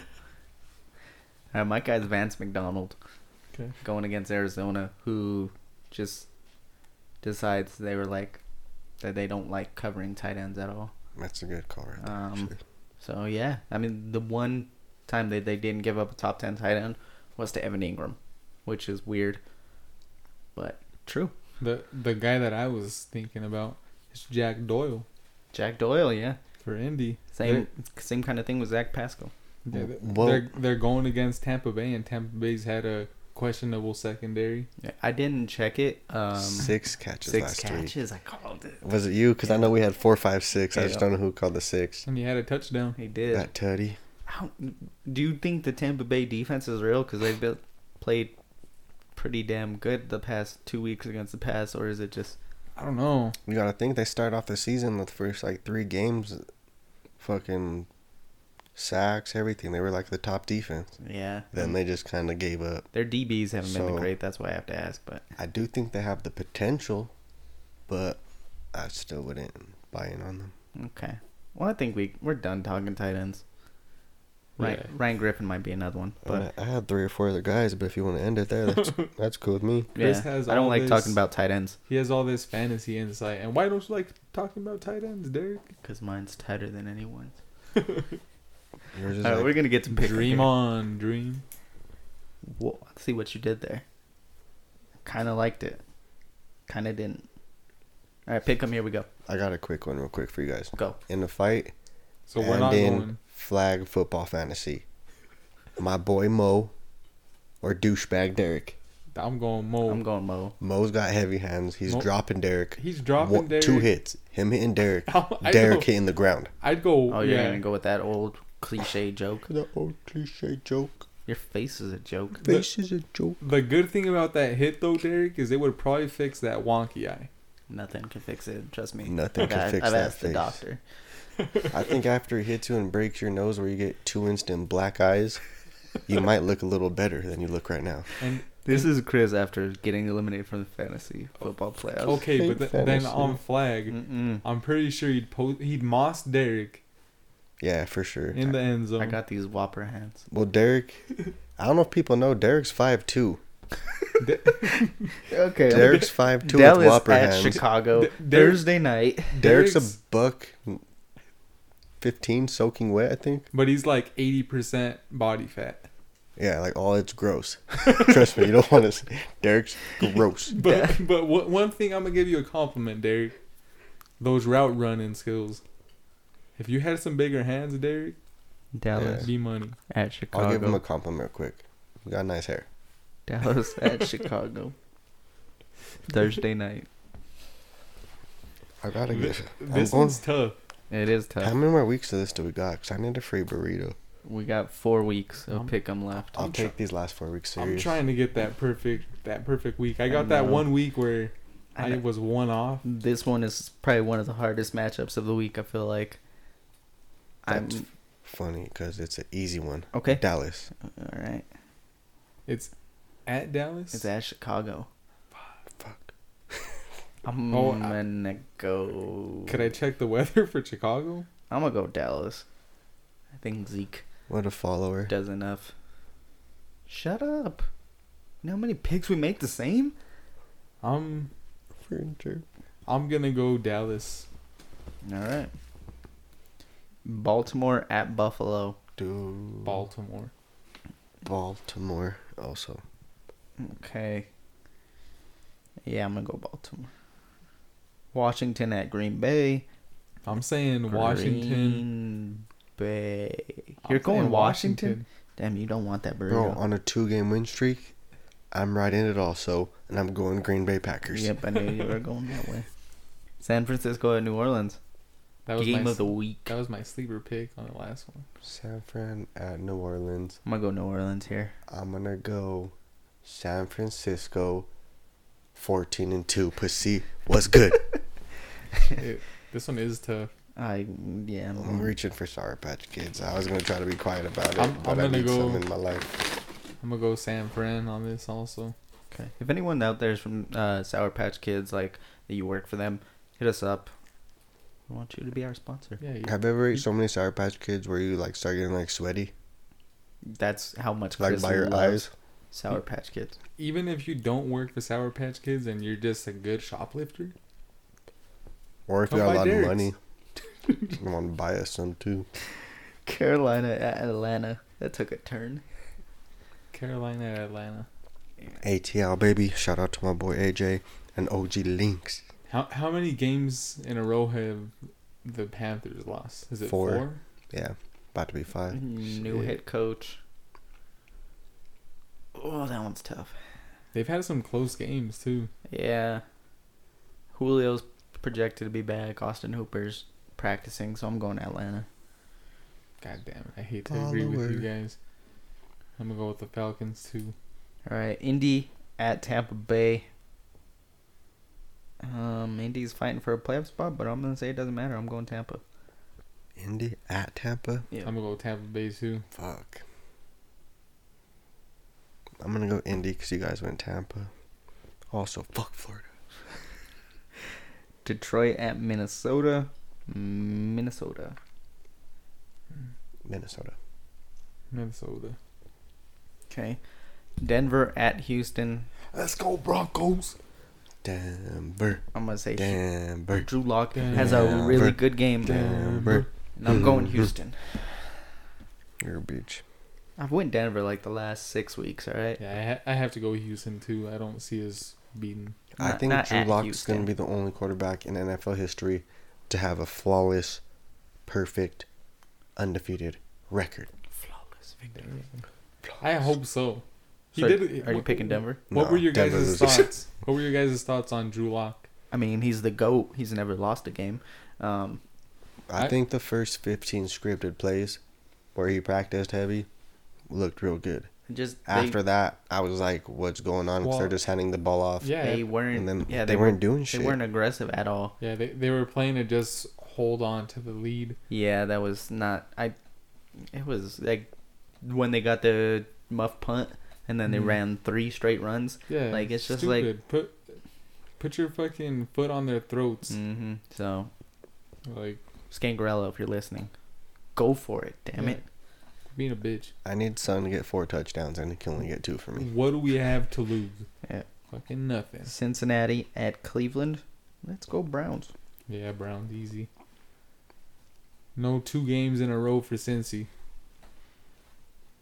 Speaker 1: Uh, my guy's Vance McDonald.
Speaker 3: Okay.
Speaker 1: Going against Arizona, who just decides they were like that they don't like covering tight ends at all.
Speaker 2: That's a good call right there.
Speaker 1: Um,
Speaker 2: actually.
Speaker 1: So yeah, I mean the one time that they didn't give up a top ten tight end was to Evan Ingram, which is weird, but true.
Speaker 3: The the guy that I was thinking about is Jack Doyle
Speaker 1: Jack Doyle, yeah,
Speaker 3: for Indy.
Speaker 1: same same kind of thing with Zach Pascal.
Speaker 3: They're,
Speaker 2: Well-
Speaker 3: they're, they're, they're going against Tampa Bay, and Tampa Bay's had a questionable secondary.
Speaker 1: Yeah, I didn't check it. Um, six
Speaker 2: six catches last week.
Speaker 1: catches, I called it.
Speaker 2: Was it you? Because I know we had four, five, six. I
Speaker 1: Yeah.
Speaker 2: just don't know who called the six.
Speaker 3: And he had a touchdown.
Speaker 1: He did.
Speaker 2: That tutty.
Speaker 1: How, do you think the Tampa Bay defense is real? Because they've built, played pretty damn good the past two weeks against the pass, or is it just
Speaker 3: I don't know.
Speaker 2: You gotta think they start off the season with the first like three games, fucking sacks, everything. They were like the top defense.
Speaker 1: yeah?
Speaker 2: Then they just kind of gave up.
Speaker 1: their DBs haven't been
Speaker 2: So-
Speaker 1: great. That's why I have to ask. But
Speaker 2: I do think they have the potential, but I still wouldn't buy in on them.
Speaker 1: okay, well I think we we're done talking tight ends. Right,
Speaker 3: Yeah.
Speaker 1: Ryan Griffin might be another one,
Speaker 2: I, mean,
Speaker 1: but
Speaker 2: I had three or four other guys, but if you want to end it there,
Speaker 3: (laughs)
Speaker 2: that's, that's cool with me.
Speaker 1: yeah,
Speaker 3: Chris has
Speaker 1: I don't
Speaker 3: all
Speaker 1: like
Speaker 3: this-
Speaker 1: talking about tight ends
Speaker 3: He has all this fantasy insight. And why don't you like talking about tight ends, Derek?
Speaker 1: because mine's tighter than anyone's.
Speaker 2: Yours is
Speaker 1: All right,
Speaker 2: like-
Speaker 1: we're gonna get to pick.
Speaker 3: Dream on, dream.
Speaker 1: Whoa, let's see what you did there. Kind of liked it, kind of didn't. All right, pick 'em, Here we go.
Speaker 2: I got a quick one, real quick, for you guys.
Speaker 1: Go.
Speaker 2: In the fight,
Speaker 3: So we're not going.
Speaker 2: flag football fantasy, my boy Mo or douchebag Derek.
Speaker 3: I'm going Mo.
Speaker 1: I'm going Mo.
Speaker 2: Mo's got heavy hands. He's
Speaker 3: Mo-
Speaker 2: dropping Derek.
Speaker 3: He's dropping
Speaker 2: One-
Speaker 3: Derek.
Speaker 2: Two hits. Him hitting Derek.
Speaker 3: (laughs) I
Speaker 2: Derek
Speaker 3: know.
Speaker 2: hitting the ground.
Speaker 3: I'd go.
Speaker 1: Oh, you're
Speaker 3: yeah.
Speaker 1: gonna go with that old cliche joke.
Speaker 2: The old cliche joke.
Speaker 1: Your face is a joke.
Speaker 2: This is a joke.
Speaker 3: The good thing about that hit though, Derek, is it would probably fix that wonky eye.
Speaker 1: Nothing can fix it. Trust me.
Speaker 2: Nothing
Speaker 1: I've
Speaker 2: can
Speaker 1: a-
Speaker 2: fix
Speaker 1: I've
Speaker 2: that
Speaker 1: asked the
Speaker 2: face.
Speaker 1: doctor.
Speaker 2: I think after it hits you and breaks your nose, where you get two instant black eyes, you might look a little better than you look right now.
Speaker 3: And
Speaker 1: This is Chris after getting eliminated from the fantasy football playoffs.
Speaker 3: okay,
Speaker 2: fake
Speaker 3: but th- then
Speaker 2: fantasy.
Speaker 3: on flag,
Speaker 1: Mm-mm.
Speaker 3: I'm pretty sure he'd post, he'd moss Derek
Speaker 2: Yeah, for sure.
Speaker 3: in the end zone.
Speaker 1: I got these whopper hands.
Speaker 2: Well, Derek, I don't know if people know, Derek's five two.
Speaker 1: Okay.
Speaker 2: Derek's five two with
Speaker 1: Dallas
Speaker 2: whopper
Speaker 1: at
Speaker 2: hands.
Speaker 1: Chicago
Speaker 3: D- Derek-
Speaker 1: Thursday night.
Speaker 2: Derek's a
Speaker 3: Derek's-
Speaker 2: buck fifteen soaking wet, I think.
Speaker 3: but he's like 80% body fat.
Speaker 2: Yeah, like all it's gross. Trust me, you don't want to. Derek's gross.
Speaker 3: But (laughs) but what, one thing I'm gonna give you a compliment, Derek. Those route running skills. If you had some bigger hands, Derek,
Speaker 1: Dallas
Speaker 3: be money.
Speaker 1: at Chicago.
Speaker 2: I'll give him a compliment quick. You got nice hair.
Speaker 1: (laughs) Dallas at Chicago Thursday night.
Speaker 2: I gotta
Speaker 3: This,
Speaker 2: get. I'm
Speaker 3: this
Speaker 2: going,
Speaker 3: one's tough.
Speaker 1: It is
Speaker 2: how
Speaker 1: tough.
Speaker 2: many more weeks of this do we got? Cause I need a free burrito.
Speaker 1: We got four weeks of
Speaker 3: I'm-
Speaker 1: pick 'em left.
Speaker 2: I'll
Speaker 3: I'm
Speaker 2: take
Speaker 3: try-
Speaker 2: these last four weeks
Speaker 3: I'm
Speaker 2: serious.
Speaker 3: trying to get that perfect that perfect week. I got
Speaker 1: I
Speaker 3: that
Speaker 1: know.
Speaker 3: one week where
Speaker 1: I
Speaker 3: I,
Speaker 1: know.
Speaker 3: was one off.
Speaker 1: this one is probably one of the hardest matchups of the week. I feel like. I'm
Speaker 2: That's funny because it's an easy one.
Speaker 1: Okay.
Speaker 2: Dallas.
Speaker 1: All right.
Speaker 3: It's at Dallas.
Speaker 1: It's at Chicago.
Speaker 2: Fuck.
Speaker 1: I'm
Speaker 3: (laughs) Oh, I-
Speaker 1: gonna go.
Speaker 3: Could I check the weather (laughs) for Chicago?
Speaker 1: I'm gonna go Dallas. I think Zeke
Speaker 2: What a follower.
Speaker 1: does enough. Shut up. You know how many picks we make the same?
Speaker 3: I'm
Speaker 2: Furniture.
Speaker 3: I'm gonna go Dallas.
Speaker 1: All right. Baltimore at Buffalo.
Speaker 2: Dude.
Speaker 3: Baltimore.
Speaker 2: Baltimore also.
Speaker 1: Okay. Yeah, I'm gonna go Baltimore. Washington at Green Bay.
Speaker 3: I'm saying Washington.
Speaker 1: Green Bay.
Speaker 3: I'm
Speaker 1: You're going
Speaker 3: saying
Speaker 1: Washington? Damn, you don't want that
Speaker 2: Bro,
Speaker 1: burrito.
Speaker 2: on a two game win streak, I'm right in it also, and I'm going Green Bay Packers.
Speaker 1: Yep, I knew you were going that way. San Francisco at New Orleans.
Speaker 3: That was
Speaker 1: Game
Speaker 3: my
Speaker 1: of the
Speaker 3: s-
Speaker 1: week.
Speaker 3: That was my sleeper pick on the last
Speaker 1: (laughs)
Speaker 3: one.
Speaker 2: San Fran at New Orleans.
Speaker 1: I'm gonna go New Orleans here.
Speaker 2: I'm gonna go San Francisco 14 and 2. Pussy.
Speaker 3: (laughs)
Speaker 2: What's good?
Speaker 3: It- this one is tough.
Speaker 1: I yeah. I'm-
Speaker 2: I'm reaching for Sour Patch Kids. I was gonna try to be quiet about it,
Speaker 3: I'm-
Speaker 2: but
Speaker 3: I'm
Speaker 2: I
Speaker 3: gonna
Speaker 2: need
Speaker 3: go-
Speaker 2: some in my life.
Speaker 3: I'm gonna go San Fran on this also.
Speaker 1: Okay. If anyone out there is from uh, Sour Patch Kids, like that you work for them, hit us up. We want you to be our sponsor.
Speaker 3: Yeah, you,
Speaker 2: Have you ever ate so many Sour Patch Kids where you like start getting like sweaty,
Speaker 1: That's how much
Speaker 2: like
Speaker 1: Chris
Speaker 2: by your
Speaker 1: loves
Speaker 2: eyes?
Speaker 1: Sour Patch Kids.
Speaker 3: even if you don't work for Sour Patch Kids and you're just a good shoplifter,
Speaker 2: Or if
Speaker 3: Come
Speaker 2: you got
Speaker 3: buy
Speaker 2: a lot
Speaker 3: Derek's.
Speaker 2: of money, (laughs) you want to buy us some too.
Speaker 1: Carolina at Atlanta. That took a turn.
Speaker 3: Carolina at Atlanta.
Speaker 2: ATL baby, shout out to my boy AJ and OG Links.
Speaker 3: How how many games in a row have the Panthers lost? Is it
Speaker 2: Four.
Speaker 3: four?
Speaker 2: Yeah, about to be five.
Speaker 1: New
Speaker 2: shit.
Speaker 1: head coach. Oh, that one's tough.
Speaker 3: They've had some close games too.
Speaker 1: Yeah. Julio's projected to be back. Austin Hooper's practicing, so I'm going to Atlanta.
Speaker 3: God damn it! I hate to
Speaker 2: All
Speaker 3: agree
Speaker 2: the
Speaker 3: with you
Speaker 2: way.
Speaker 3: guys. I'm gonna go with the Falcons too.
Speaker 1: All right, Indy at Tampa Bay. Um, Indy's fighting for a playoff spot, but I'm gonna say it doesn't matter. I'm going Tampa.
Speaker 2: Indy at Tampa.
Speaker 1: Yeah.
Speaker 3: I'm gonna go Tampa Bay too.
Speaker 2: Fuck. I'm gonna go Indy because you guys went Tampa. Also, fuck Florida.
Speaker 1: Detroit at Minnesota. Minnesota.
Speaker 2: Minnesota.
Speaker 3: Minnesota.
Speaker 1: Okay. Denver at Houston.
Speaker 2: Let's go Broncos. Denver.
Speaker 1: I'm gonna say Hu-
Speaker 2: Denver.
Speaker 1: Drew Lock has a
Speaker 2: Denver.
Speaker 1: really good game,
Speaker 2: Denver.
Speaker 1: and I'm going Houston.
Speaker 2: Your beach.
Speaker 1: I've went Denver like the last six weeks. All right.
Speaker 3: Yeah, I, ha- I have to go Houston too. I don't see us beating.
Speaker 2: I
Speaker 1: Not-
Speaker 2: think
Speaker 1: not
Speaker 2: Drew
Speaker 1: at
Speaker 2: Lock is
Speaker 1: Houston.
Speaker 2: going to be the only quarterback in NFL history to have a flawless, perfect, undefeated record.
Speaker 1: Flawless victory.
Speaker 3: I hope so. He
Speaker 1: So,
Speaker 3: did.
Speaker 1: Are you
Speaker 3: what-
Speaker 1: picking Denver?
Speaker 3: What
Speaker 2: No,
Speaker 3: were your
Speaker 2: Denver
Speaker 3: guys'
Speaker 1: (laughs)
Speaker 2: loses.
Speaker 3: thoughts? What were your guys' thoughts on Drew Lock?
Speaker 1: I mean, he's the goat. He's never lost a game. Um,
Speaker 2: I
Speaker 3: I-
Speaker 2: think the first 15 scripted plays where he practiced heavy looked real good.
Speaker 1: just they-
Speaker 2: After that, I was like, what's going on? 'Cause they're
Speaker 3: Well,
Speaker 2: just handing the ball off.
Speaker 3: Yeah,
Speaker 1: they weren't.
Speaker 2: And then
Speaker 1: yeah,
Speaker 2: they, weren't doing shit.
Speaker 1: They weren't aggressive at all.
Speaker 3: yeah. They they were playing to just hold on to the lead.
Speaker 1: Yeah, that was not. I. It was like when they got the muff punt, and then they
Speaker 2: Mm-hmm.
Speaker 3: Mhm.
Speaker 1: ran three straight runs.
Speaker 3: Yeah,
Speaker 1: Like, it's just like-
Speaker 3: put put your fucking foot on their throats.
Speaker 1: Mm-hmm. So Mm.
Speaker 3: Like
Speaker 1: Scangarello, if you're listening, go for it. Damn
Speaker 3: yeah,
Speaker 1: it.
Speaker 3: being a bitch.
Speaker 2: I need Son to get four touchdowns, and he can only get two for
Speaker 1: Mm.
Speaker 2: me.
Speaker 3: What do we have to lose?
Speaker 1: Yeah.
Speaker 3: Fucking nothing.
Speaker 1: Cincinnati at Cleveland. Let's go Browns.
Speaker 3: Yeah, Browns easy. No two games in a row for Cincy.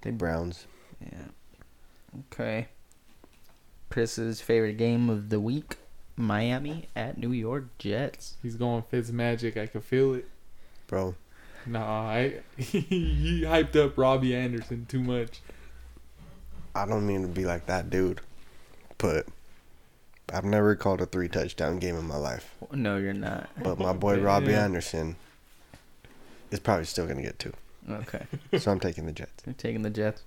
Speaker 2: They Browns.
Speaker 1: Yeah. Okay. Chris's favorite game of the week: Miami at New York Jets.
Speaker 3: He's going Fitz Magic. I can feel it.
Speaker 2: Bro,
Speaker 3: Nah, I (laughs) he hyped up Robbie Anderson too much.
Speaker 2: I don't mean to be like that dude, but I've never called a three touchdown game in my life.
Speaker 1: No, you're not.
Speaker 2: But my boy
Speaker 3: Yeah.
Speaker 2: Robbie Anderson is probably still going to get two.
Speaker 1: Okay, (laughs)
Speaker 2: So I'm taking the Jets.
Speaker 1: you're taking the Jets.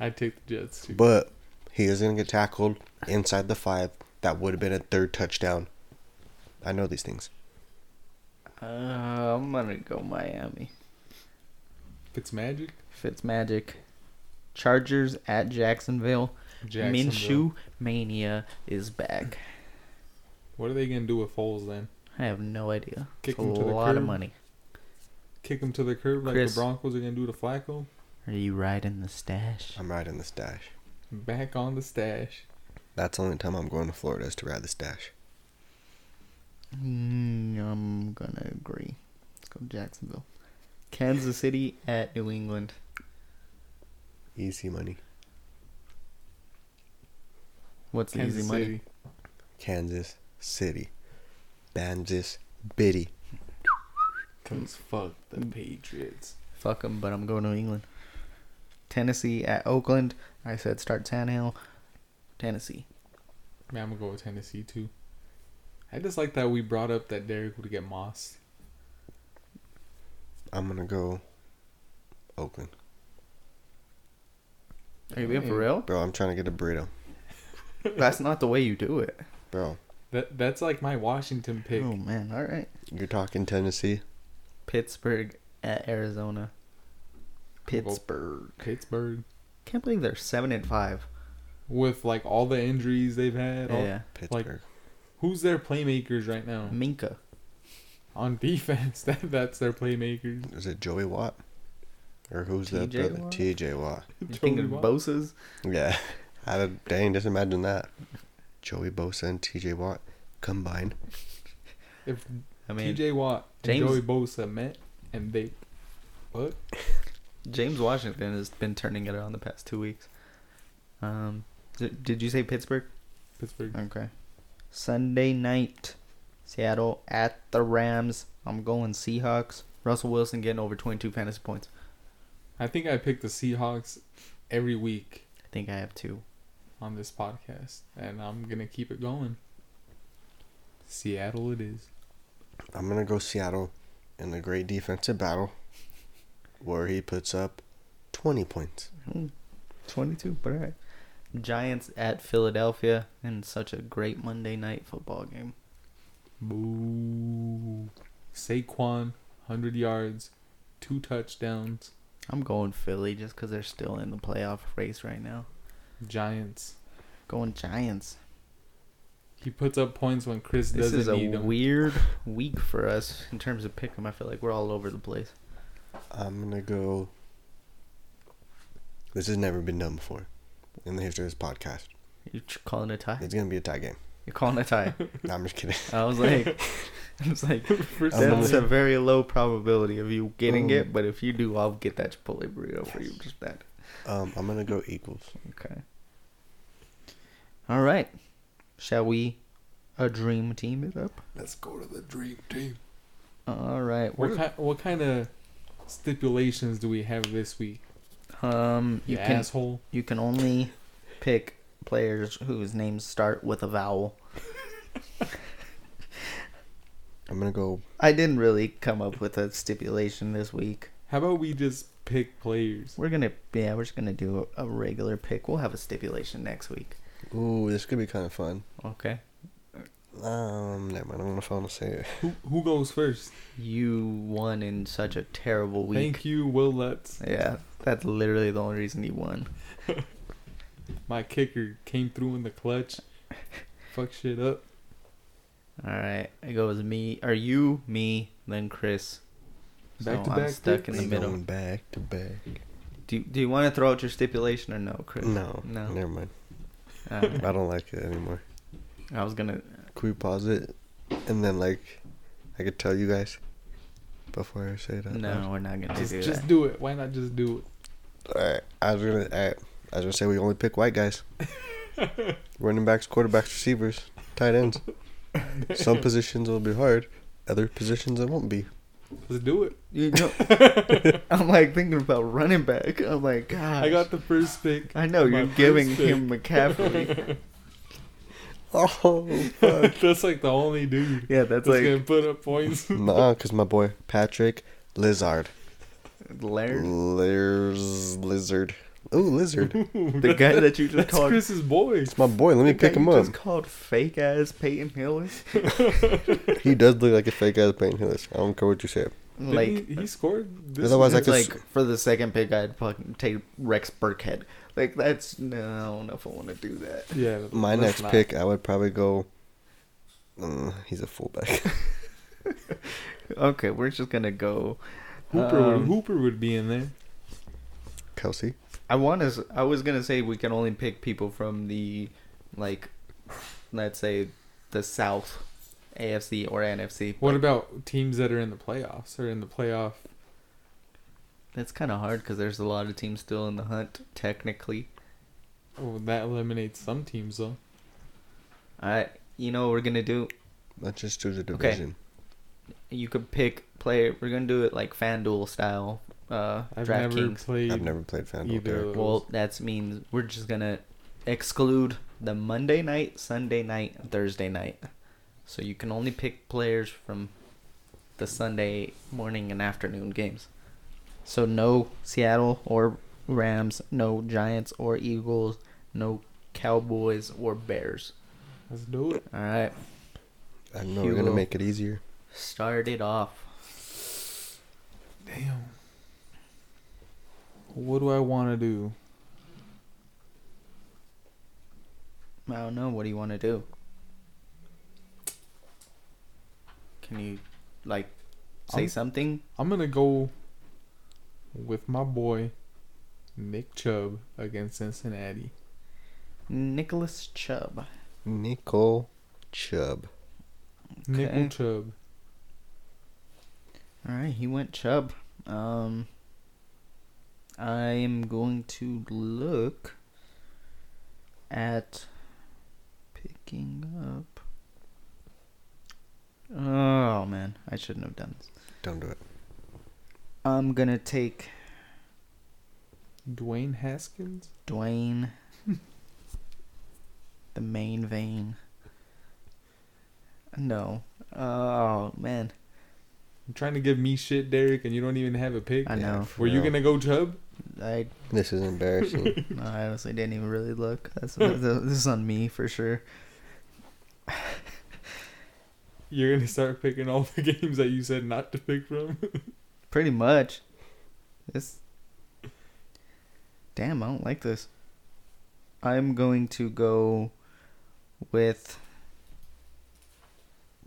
Speaker 3: I take the Jets too.
Speaker 2: But he is going to get tackled inside the five. That would have been a third touchdown. I know these things.
Speaker 1: Uh, I'm gonna go Miami.
Speaker 3: Fitzmagic,
Speaker 1: Fitzmagic. Chargers at Jacksonville.
Speaker 3: Jacksonville.
Speaker 1: Minshew mania is back.
Speaker 3: What are they gonna do with Foles then?
Speaker 1: I have no idea.
Speaker 3: Kick
Speaker 1: it's a
Speaker 3: him to the
Speaker 1: lot of
Speaker 3: curb?
Speaker 1: money.
Speaker 3: Kick him to the curb like
Speaker 1: Chris.
Speaker 3: the Broncos are gonna do to Flacco?
Speaker 1: Are you riding the stash?
Speaker 2: I'm riding the stash.
Speaker 3: Back on the stash.
Speaker 2: That's the only time I'm going to Florida is to ride the stash.
Speaker 1: Mm, I'm gonna agree. Let's go Jacksonville. Kansas City at New England.
Speaker 2: Easy money.
Speaker 1: What's the
Speaker 3: Kansas
Speaker 1: easy money?
Speaker 3: City.
Speaker 2: Kansas City. Kansas Bitty.
Speaker 3: Cause fuck the Patriots.
Speaker 1: Fuck them, but I'm going to England. Tennessee at Oakland. I said start Tannehill. Tennessee.
Speaker 3: Man, I'm gonna go with Tennessee too. I just like that we brought up that Derek would get mossed.
Speaker 2: I'm gonna go Oakland.
Speaker 1: Are you being for
Speaker 3: Mm.
Speaker 1: real?
Speaker 2: Bro, I'm trying to get a burrito.
Speaker 1: (laughs) That's not the way you do it.
Speaker 2: Bro,
Speaker 3: That that's like my Washington pick.
Speaker 1: Oh man, all right.
Speaker 2: you're talking Tennessee?
Speaker 1: Pittsburgh at Arizona.
Speaker 3: I'll go
Speaker 1: Pittsburgh.
Speaker 3: Pittsburgh
Speaker 1: Can't believe they're seven and five.
Speaker 3: with like all the injuries they've had. all-
Speaker 1: Yeah.
Speaker 2: Pittsburgh.
Speaker 3: who's their playmakers right now
Speaker 1: Minka.
Speaker 3: on (laughs) defense? That that's their playmakers.
Speaker 2: Is it Joey Watt? Or who's that
Speaker 1: TJ
Speaker 2: brother?
Speaker 1: Watt?
Speaker 2: TJ Watt.
Speaker 1: You
Speaker 3: Joey
Speaker 1: thinking
Speaker 3: Watt.
Speaker 1: Bosa's?
Speaker 2: Yeah. (laughs) I don't- dang, just imagine that. Joey Bosa and TJ Watt combined.
Speaker 3: If
Speaker 1: I mean,
Speaker 3: T.J. Watt
Speaker 1: James-
Speaker 3: and Joey Bosa met, and they what?
Speaker 1: James Washington has been turning it on the past two weeks. Um, d- did you say Pittsburgh?
Speaker 3: Pittsburgh.
Speaker 1: Okay. Sunday night, Seattle at the Rams. I'm going Seahawks. Russell Wilson getting over 22 fantasy points.
Speaker 3: I think I pick the Seahawks every week
Speaker 1: I think I have two.
Speaker 3: on this podcast, and I'm gonna keep it going. Seattle, it is.
Speaker 2: I'm gonna go Seattle in a great defensive battle where he puts up twenty points.
Speaker 1: Mm, 22, but alright. Giants at Philadelphia and such a great Monday night football game.
Speaker 3: Boo. Saquon, hundred yards, two touchdowns.
Speaker 1: I'm going Philly just because they're still in the playoff race right now.
Speaker 3: Giants.
Speaker 1: Going Giants.
Speaker 3: He puts up points when Chris
Speaker 1: This
Speaker 3: doesn't
Speaker 1: is a
Speaker 3: need (laughs) him.
Speaker 1: weird week for us in terms of pick 'em. I feel like we're all over the place.
Speaker 2: I'm gonna go. This has never been done before in the history of this podcast.
Speaker 1: You're ch- calling a tie?
Speaker 2: It's gonna be a tie game.
Speaker 1: You're calling a
Speaker 3: (laughs)
Speaker 1: tie.
Speaker 2: No, I'm just kidding.
Speaker 1: I was like, I was like,
Speaker 3: First
Speaker 2: I'm
Speaker 1: that's a
Speaker 3: time.
Speaker 1: very Mm. low probability of you getting
Speaker 2: Um,
Speaker 1: it, but if you do, I'll get that Chipotle burrito for you. Just that.
Speaker 2: Um, I'm gonna go Eagles.
Speaker 1: Okay. All right. Shall we? A dream team it up.
Speaker 3: Let's go to the dream team.
Speaker 1: All right.
Speaker 3: What
Speaker 1: We're,
Speaker 3: kind, what kind of stipulations do we have this week?
Speaker 1: um, you
Speaker 3: You
Speaker 1: can
Speaker 3: asshole.
Speaker 1: you can only pick players whose names start with a vowel.
Speaker 2: I'm gonna go.
Speaker 1: I didn't really come up with a stipulation this week.
Speaker 3: How about we just pick players?
Speaker 1: We're gonna yeah, we're just gonna do a, a regular pick. We'll have a stipulation next week.
Speaker 2: Ooh, this could be kind of fun.
Speaker 1: Okay.
Speaker 2: Um, never mind. I'm gonna phone to say it.
Speaker 3: Who who goes first?
Speaker 1: You won in such a terrible week.
Speaker 3: Thank you, Will Lutz.
Speaker 1: Yeah, that's literally the only reason you won.
Speaker 3: My kicker came through in the clutch. Fuck shit up.
Speaker 1: All right, it goes me. Are you me? Then Chris.
Speaker 3: Back to
Speaker 1: I'm
Speaker 3: back
Speaker 1: stuck in
Speaker 3: picks?
Speaker 1: the
Speaker 2: We
Speaker 1: middle.
Speaker 2: going back to back.
Speaker 1: Do Do you want to throw out your stipulation or no, Chris?
Speaker 2: No, no.
Speaker 1: No.
Speaker 2: Never mind.
Speaker 1: All right.
Speaker 2: I don't like it anymore.
Speaker 1: I was gonna.
Speaker 2: Can we pause it? And then, like, I could tell you guys before I say it out
Speaker 1: No, we're not gonna
Speaker 3: Just,
Speaker 1: do
Speaker 3: just
Speaker 1: that.
Speaker 3: do it. Why not just do
Speaker 2: Alright, I was gonna. All right, I was gonna say we only pick
Speaker 1: (laughs)
Speaker 2: white guys. Running backs, quarterbacks, receivers, tight ends. Some positions will be hard. Other positions it won't be. (laughs)
Speaker 3: it? Let's do it.
Speaker 1: You know, I'm like thinking about running back. I'm like, God.
Speaker 3: I got the first pick.
Speaker 1: I know
Speaker 3: my
Speaker 1: you're giving
Speaker 3: first pick.
Speaker 1: him McCaffrey.
Speaker 2: Oh fuck!
Speaker 3: (laughs) That's like the only dude
Speaker 1: yeah, that's
Speaker 3: that's gonna
Speaker 1: like
Speaker 3: put up points. (laughs)
Speaker 2: nah, cause my boy Patrick Lizard, (laughs)
Speaker 1: Laird,
Speaker 2: Liz Lizard. Ooh, Lizard.
Speaker 1: the guy that you just
Speaker 3: That's
Speaker 1: called.
Speaker 3: Chris's boy.
Speaker 2: It's my boy. Let
Speaker 1: the
Speaker 2: me
Speaker 1: guy
Speaker 2: pick him
Speaker 1: you
Speaker 2: up.
Speaker 1: Just called fake ass Peyton Hillis.
Speaker 2: He does look like a fake ass Payne Hillis. I don't care what you say.
Speaker 3: Didn't
Speaker 1: Like
Speaker 3: he, he scored. This
Speaker 2: Otherwise, I
Speaker 3: year?
Speaker 1: it's
Speaker 2: could
Speaker 1: like for the second pick, I'd fucking take Rex Burkhead. Like that's no, I don't know if I want to do that. (laughs)
Speaker 3: yeah.
Speaker 2: My
Speaker 3: let's
Speaker 2: next
Speaker 3: not.
Speaker 2: pick, I would probably go. Uh, he's a fullback. (laughs)
Speaker 1: Okay, we're just gonna go.
Speaker 3: Hooper
Speaker 1: um,
Speaker 3: would Hooper would be in there.
Speaker 2: Kelsey.
Speaker 1: I want to. I was gonna say we can only pick people from the, like, let's say, the South, AFC or NFC.
Speaker 3: What about teams that are in the playoffs or in the playoff?
Speaker 1: That's kind of hard because there's a lot of teams still in the hunt. Technically,
Speaker 3: Oh, that eliminates some teams though.
Speaker 1: I. You know what we're gonna do?
Speaker 2: Let's just do the
Speaker 1: Okay.
Speaker 2: division.
Speaker 1: You could pick player. We're gonna do it like FanDuel style. Uh,
Speaker 3: I've never
Speaker 1: DraftKings.
Speaker 3: played.
Speaker 2: I've never played FanDuel.
Speaker 3: either
Speaker 2: Derek.
Speaker 3: of
Speaker 1: Well, that means we're just gonna exclude the Monday night, Sunday night, Thursday night. So you can only pick players from the Sunday morning and afternoon games. So no Seattle or Rams, no Giants or Eagles, no Cowboys or Bears.
Speaker 3: Let's do it.
Speaker 1: All right,
Speaker 2: I know we're gonna
Speaker 1: Hugo.
Speaker 2: make it easier.
Speaker 1: start it off.
Speaker 3: Damn. What do I want to do?
Speaker 1: I don't know. What do you want to do? Can you, like, say
Speaker 3: I'm-
Speaker 1: something?
Speaker 3: I'm gonna go with my boy Nick Chubb against Cincinnati.
Speaker 1: Nicholas Chubb.
Speaker 2: Nicole Chubb.
Speaker 3: Nickel
Speaker 1: Okay.
Speaker 3: Chubb.
Speaker 1: All right, he went Chubb. Um, I am going to look at picking up. Oh man, I shouldn't have done this.
Speaker 2: Don't do it.
Speaker 1: I'm gonna take
Speaker 3: Dwayne Haskins.
Speaker 1: Dwayne, the main vein. No, oh man,
Speaker 3: I'm trying to give me shit, Derek, and you don't even have a pick.
Speaker 1: I
Speaker 2: Yeah,
Speaker 1: know.
Speaker 2: for
Speaker 3: Were you
Speaker 2: real.
Speaker 3: gonna go Chubb?
Speaker 1: I
Speaker 2: This
Speaker 3: (laughs)
Speaker 2: is embarrassing.
Speaker 1: No, I honestly didn't even really look. That's that's- (laughs) this is on me for sure.
Speaker 3: You're gonna start picking all (laughs) the games that you said not to pick from. (laughs)
Speaker 1: Pretty much. This. Damn, I don't like this. I'm going to go with.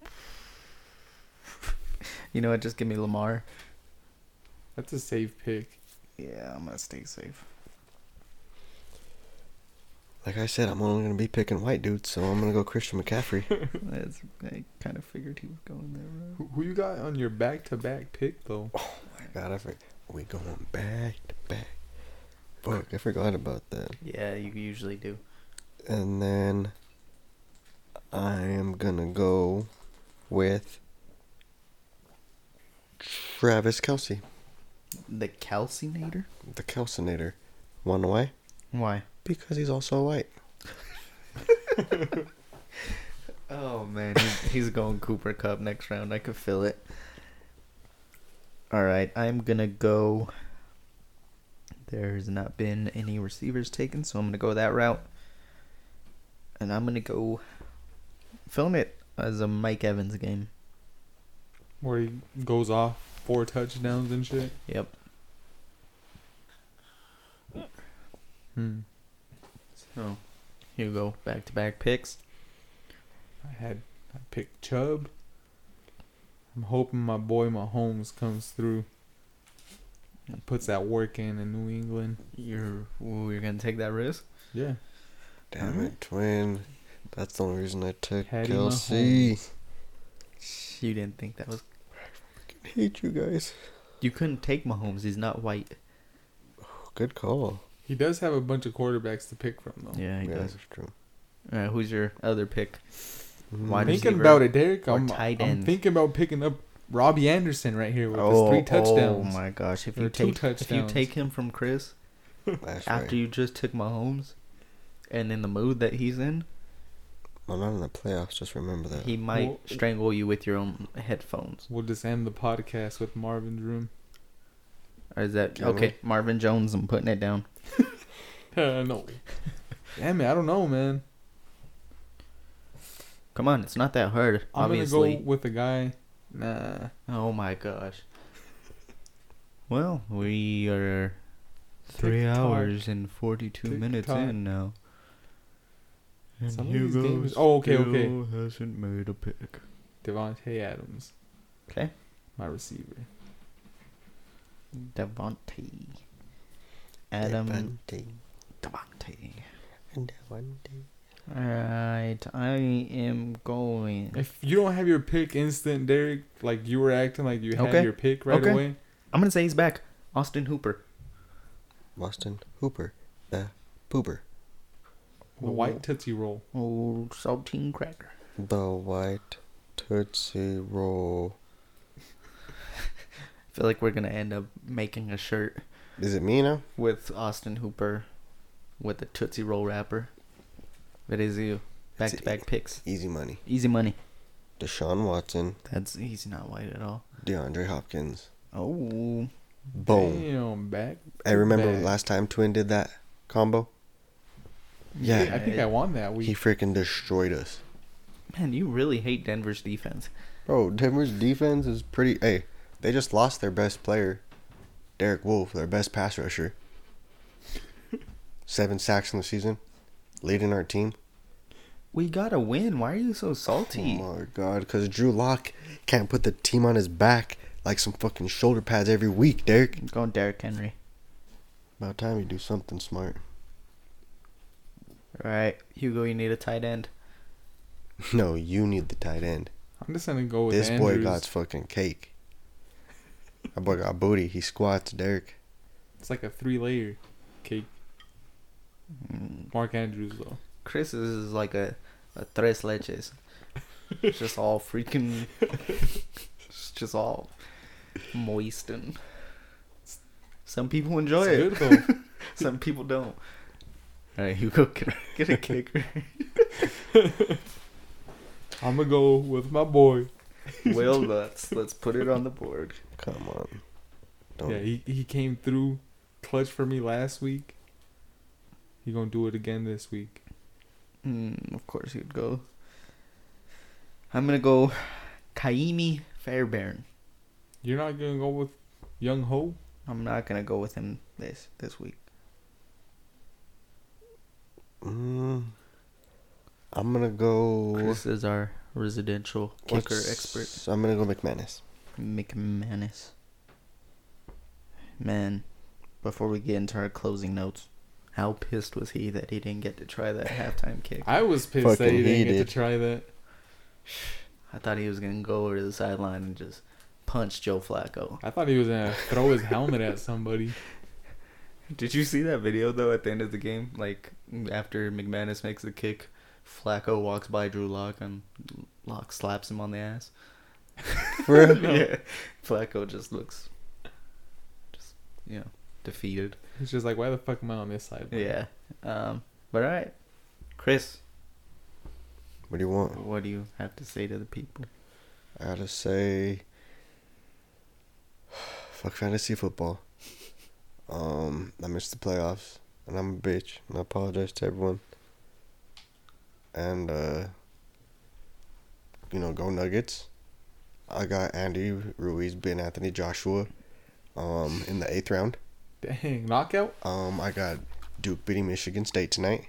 Speaker 1: (laughs) You know what? Just give me Lamar.
Speaker 3: That's a safe pick.
Speaker 1: Yeah, I'm gonna stay safe.
Speaker 2: like I said, I'm only gonna be picking white dudes, so I'm gonna go
Speaker 3: (laughs)
Speaker 2: Christian McCaffrey.
Speaker 1: That's, I kind of figured he was going that route.
Speaker 3: Who, who you got on your back-to-back pick though?
Speaker 2: God, I forgot. We going back to back. Fuck, I forgot about that.
Speaker 1: Yeah, you usually do.
Speaker 2: And then I am gonna go with Travis Kelsey,
Speaker 1: The Calcinator?
Speaker 2: the Calcinator. One why?
Speaker 1: Why?
Speaker 2: Because he's also white.
Speaker 1: Oh man, he's, he's going Cooper Cup next round. I could feel it. All right, I'm gonna go. There's not been any receivers taken, so I'm gonna go that route. And I'm gonna go film it as a Mike Evans game.
Speaker 3: Where he goes off four touchdowns and shit.
Speaker 1: Yep.
Speaker 3: Hmm.
Speaker 1: So here you go, back to back picks.
Speaker 3: I had I picked Chubb. I'm hoping my boy Mahomes comes through and puts that work in in New England.
Speaker 1: You're ooh, you're gonna take that risk.
Speaker 3: Yeah,
Speaker 2: Damn it, twin. That's the only reason I took
Speaker 3: Patty
Speaker 2: Kelsey.
Speaker 1: You didn't think that was.
Speaker 2: I hate you guys.
Speaker 1: You couldn't take Mahomes. He's not white.
Speaker 2: Good call.
Speaker 3: he does have a bunch of quarterbacks to pick from though.
Speaker 1: Yeah, he
Speaker 2: yeah,
Speaker 1: does.
Speaker 2: that's true.
Speaker 1: All right, who's your other pick? Wide
Speaker 2: Mm.
Speaker 3: thinking
Speaker 1: receiver
Speaker 3: about it, Derek.
Speaker 1: or
Speaker 3: I'm,
Speaker 1: tight
Speaker 3: I'm
Speaker 1: end.
Speaker 3: thinking about picking up Robbie Anderson right here with his three touchdowns.
Speaker 1: Oh my gosh! If
Speaker 3: Or
Speaker 1: you
Speaker 3: two
Speaker 1: take if you
Speaker 3: touchdowns. take
Speaker 1: take him from Chris
Speaker 2: That's
Speaker 1: after
Speaker 2: right.
Speaker 1: you just took Mahomes, and in the mood that he's in,
Speaker 2: I'm not in the playoffs. Just remember that.
Speaker 1: he might
Speaker 3: Well-
Speaker 1: strangle you with your own headphones.
Speaker 3: We'll just end the podcast with Marvin's room.
Speaker 1: Or is that
Speaker 2: Can we-
Speaker 1: okay? Marvin Jones, I'm putting it down.
Speaker 3: Uh, no. (laughs) Damn it, I don't know, man.
Speaker 1: Come on, it's not that hard.
Speaker 3: I'm
Speaker 1: obviously.
Speaker 3: gonna go with a guy. Nah.
Speaker 1: Oh my gosh! Well, we are three
Speaker 3: Tick-tock.
Speaker 1: hours and 42 minutes
Speaker 3: Tick-tock.
Speaker 1: in now. And
Speaker 3: Some of these games- oh, okay, okay.
Speaker 1: still hasn't made a pick.
Speaker 3: Devontae Adams,
Speaker 1: Okay.
Speaker 3: my receiver.
Speaker 1: Devontae. Adam Devontae. Alright, I am going.
Speaker 3: If you don't have your pick instant, Derek, like you were acting like you had
Speaker 1: Okay.
Speaker 3: your pick right
Speaker 1: Okay.
Speaker 3: away.
Speaker 1: I'm going to say he's back. Austin Hooper.
Speaker 2: Boston Hooper, the pooper,
Speaker 3: The white tootsie roll.
Speaker 1: Oh, saltine cracker.
Speaker 2: the white tootsie roll.
Speaker 1: I feel like we're going to end up making a shirt
Speaker 2: Is it me now?
Speaker 1: with Austin Hooper with the Tootsie Roll wrapper. That is you. Back
Speaker 2: It's
Speaker 1: to back picks.
Speaker 2: Easy money.
Speaker 1: Easy money.
Speaker 2: Deshaun Watson,
Speaker 1: That's he's not white at all.
Speaker 2: DeAndre Hopkins.
Speaker 1: Oh,
Speaker 2: Boom.
Speaker 3: Damn, back.
Speaker 2: I remember
Speaker 3: Back.
Speaker 2: last time Twin did that combo.
Speaker 3: Yeah,
Speaker 2: Yeah,
Speaker 3: I think I won that
Speaker 2: he
Speaker 3: week.
Speaker 2: freaking destroyed us.
Speaker 1: man, you really hate Denver's defense.
Speaker 2: Bro, Denver's defense is pretty. Hey, they just lost their best player, Derek Wolf, their best pass rusher. Seven sacks in the season, leading our team.
Speaker 1: We gotta win. Why are you so salty?
Speaker 2: Oh my god, because Drew Lock can't put the team on his back like some fucking shoulder pads every week, Derek.
Speaker 1: I'm going Derrick Henry.
Speaker 2: About time you do something smart. (laughs)
Speaker 1: All right, Hugo, you need a tight end.
Speaker 2: No, you need the tight end.
Speaker 3: I'm just gonna go with
Speaker 2: this
Speaker 3: Andrews.
Speaker 2: boy got fucking cake. That boy got booty. He squats, Derek.
Speaker 3: It's like a three layer cake. Mark Andrews though.
Speaker 1: Mm, Chris is like a, a tres leches. It's just all freaking. It's just all moist and. Some people enjoy it.
Speaker 3: It's good
Speaker 1: (laughs)
Speaker 3: though.
Speaker 1: Some people don't. All right, Hugo, get a, get a kicker.
Speaker 3: I'm gonna go with my boy.
Speaker 1: Will Lutz, let's put it on the board.
Speaker 2: Come on. Don't.
Speaker 3: Yeah, he, he came through clutch for me last week. He gonna do it again this week.
Speaker 1: Mm, of course, he'd go. I'm gonna go, Kaimi Fairbairn.
Speaker 3: You're not gonna go with Young Ho?
Speaker 1: I'm not gonna go with him this this week.
Speaker 2: Mm, I'm gonna go.
Speaker 1: Chris is our residential kicker
Speaker 2: What's-
Speaker 1: expert,
Speaker 2: I'm gonna go McManus.
Speaker 1: McManus. Man, before we get into our closing notes, how pissed was he that he didn't get to try that halftime kick?
Speaker 3: I was pissed that
Speaker 2: Fucking
Speaker 3: you didn't get
Speaker 2: hated.
Speaker 3: to try that.
Speaker 1: I thought he was gonna go over to the sideline and just punch Joe Flacco.
Speaker 3: I thought he was gonna throw his helmet at somebody.
Speaker 1: Did you see that video though at the end of the game? Like after McManus makes the kick, Flacco walks by Drew Lock and Lock slaps him on the (laughs) ass.
Speaker 2: For
Speaker 1: yeah, Flacco just looks, just you know, defeated.
Speaker 3: He's just like, why the fuck am I on this side?
Speaker 1: Yeah. Um. But all right, Chris,
Speaker 2: What do you want?
Speaker 1: what do you have to say to the people?
Speaker 2: I gotta say, (sighs) fuck fantasy football. Um, I missed the playoffs, and I'm a bitch, and I apologize to everyone. And uh, you know, go Nuggets. I got Andy Ruiz, Ben Anthony, Joshua, um, in the eighth round.
Speaker 3: Dang, knockout?
Speaker 2: Um, I got Duke beating Michigan State tonight,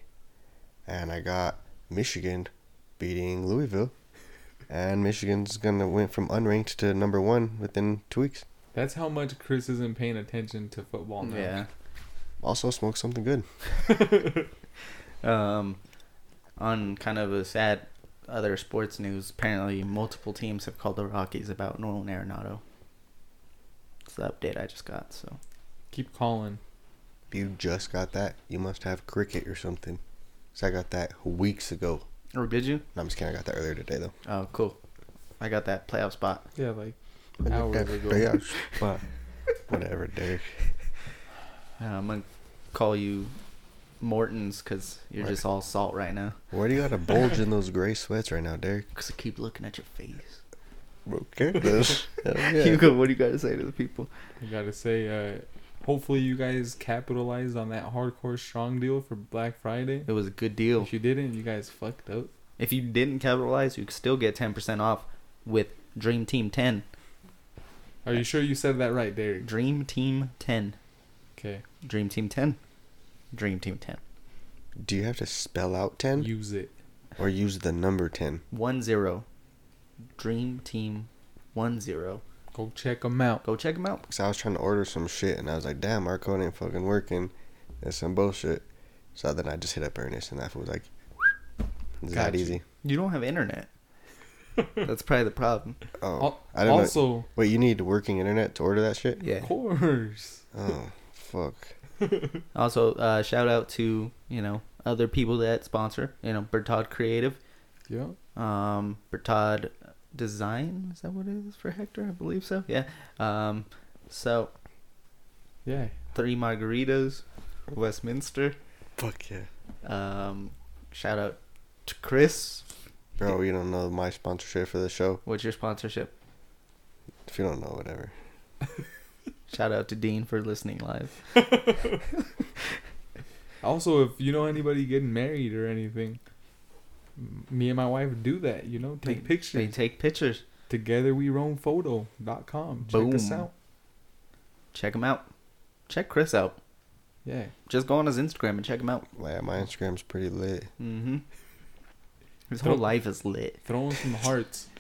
Speaker 2: and I got Michigan beating Louisville, and Michigan's gonna win from unranked to number one within two weeks.
Speaker 3: That's how much Chris isn't paying attention to football now.
Speaker 1: Yeah.
Speaker 2: Also, smoke something good.
Speaker 1: Um, on kind of a sad other sports news, apparently multiple teams have called the Rockies about Nolan Arenado. It's the update I just got. So
Speaker 3: Keep calling.
Speaker 2: If you just got that, you must have cricket or something. Cause I got that weeks ago.
Speaker 1: or Oh, did you?
Speaker 2: No, I'm just kidding. I got that earlier today though.
Speaker 1: Oh, cool. I got that playoff spot.
Speaker 3: Yeah, like
Speaker 2: I got
Speaker 3: hours
Speaker 2: that
Speaker 3: ago.
Speaker 2: playoff spot. Whatever, Derek.
Speaker 1: Uh, I'm gonna call you Morton's because you're
Speaker 2: Right.
Speaker 1: just all salt right now.
Speaker 2: Why do you got a bulge in those gray sweats right now, Derek?
Speaker 1: Because I keep looking at your face.
Speaker 2: Okay, (laughs) this.
Speaker 1: Hugo, what do (laughs) you got to say to the people?
Speaker 3: I gotta say, uh, hopefully you guys capitalized on that hardcore strong deal for Black Friday.
Speaker 1: It was a good deal.
Speaker 3: If you didn't, you guys fucked up.
Speaker 1: If you didn't capitalize, you could still get 10% off with Dream Team 10.
Speaker 3: Are you sure you said that right, Derek?
Speaker 1: Dream Team 10.
Speaker 3: Okay.
Speaker 1: Dream Team 10. Dream Team 10.
Speaker 2: Do you have to spell out 10
Speaker 3: Use it.
Speaker 2: or use the number 10?
Speaker 1: 1 0. Dream Team 1 0.
Speaker 3: Go check them out.
Speaker 1: Go check them out.
Speaker 2: Because I was trying to order some shit and I was like, damn, our code ain't fucking working. That's some bullshit. So then I just hit up Ernest and that was like, it's that
Speaker 3: Got you.
Speaker 2: easy.
Speaker 1: You don't have internet. That's probably the problem.
Speaker 2: Oh,
Speaker 3: Al-
Speaker 2: I don't know.
Speaker 3: also,
Speaker 2: Wait, you need working internet to order that shit?
Speaker 1: Yeah.
Speaker 3: of course. (laughs)
Speaker 2: Oh, fuck.
Speaker 1: Also, uh, shout out to, you know, other people that sponsor, you know, Bertod Creative,
Speaker 3: Yeah.
Speaker 1: um, Bertod Design. Is that what it is for Hector? I believe so. Yeah. Um, so,
Speaker 3: Yeah.
Speaker 1: Three Margaritas, Westminster.
Speaker 2: Fuck yeah.
Speaker 1: Um, shout out to Chris.
Speaker 2: Bro, you don't know my sponsorship for the show.
Speaker 1: What's your sponsorship?
Speaker 2: If you don't know, whatever.
Speaker 1: Shout out to Dean for listening live.
Speaker 3: Also, if you know anybody getting married or anything, m- me and my wife do that. You know, take
Speaker 1: They- They
Speaker 3: pictures.
Speaker 1: take pictures.
Speaker 3: Together we roam photo.com. Check us
Speaker 1: Boom.
Speaker 3: out.
Speaker 1: Check him out. Check Chris out.
Speaker 3: Yeah.
Speaker 1: Just go on his Instagram and check him out.
Speaker 2: Yeah, my Instagram's pretty lit.
Speaker 1: Mm-hmm. His whole
Speaker 3: Don't-
Speaker 1: life is lit.
Speaker 3: Throw him some hearts.
Speaker 1: (laughs)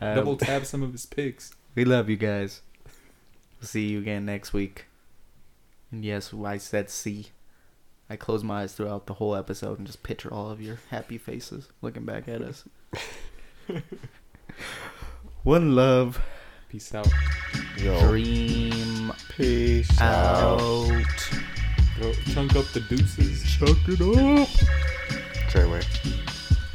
Speaker 1: Um,
Speaker 3: Double tap some of his pics.
Speaker 1: We love you guys. We'll see you again next week. And yes, I said see. I closed my eyes throughout the whole episode and just picture all of your happy faces looking back at us. (laughs) One love.
Speaker 3: Peace out.
Speaker 2: Yo.
Speaker 1: Dream
Speaker 2: Peace
Speaker 1: out.
Speaker 3: Throw, chunk up the deuces.
Speaker 1: Chuck it up.
Speaker 2: Treyway.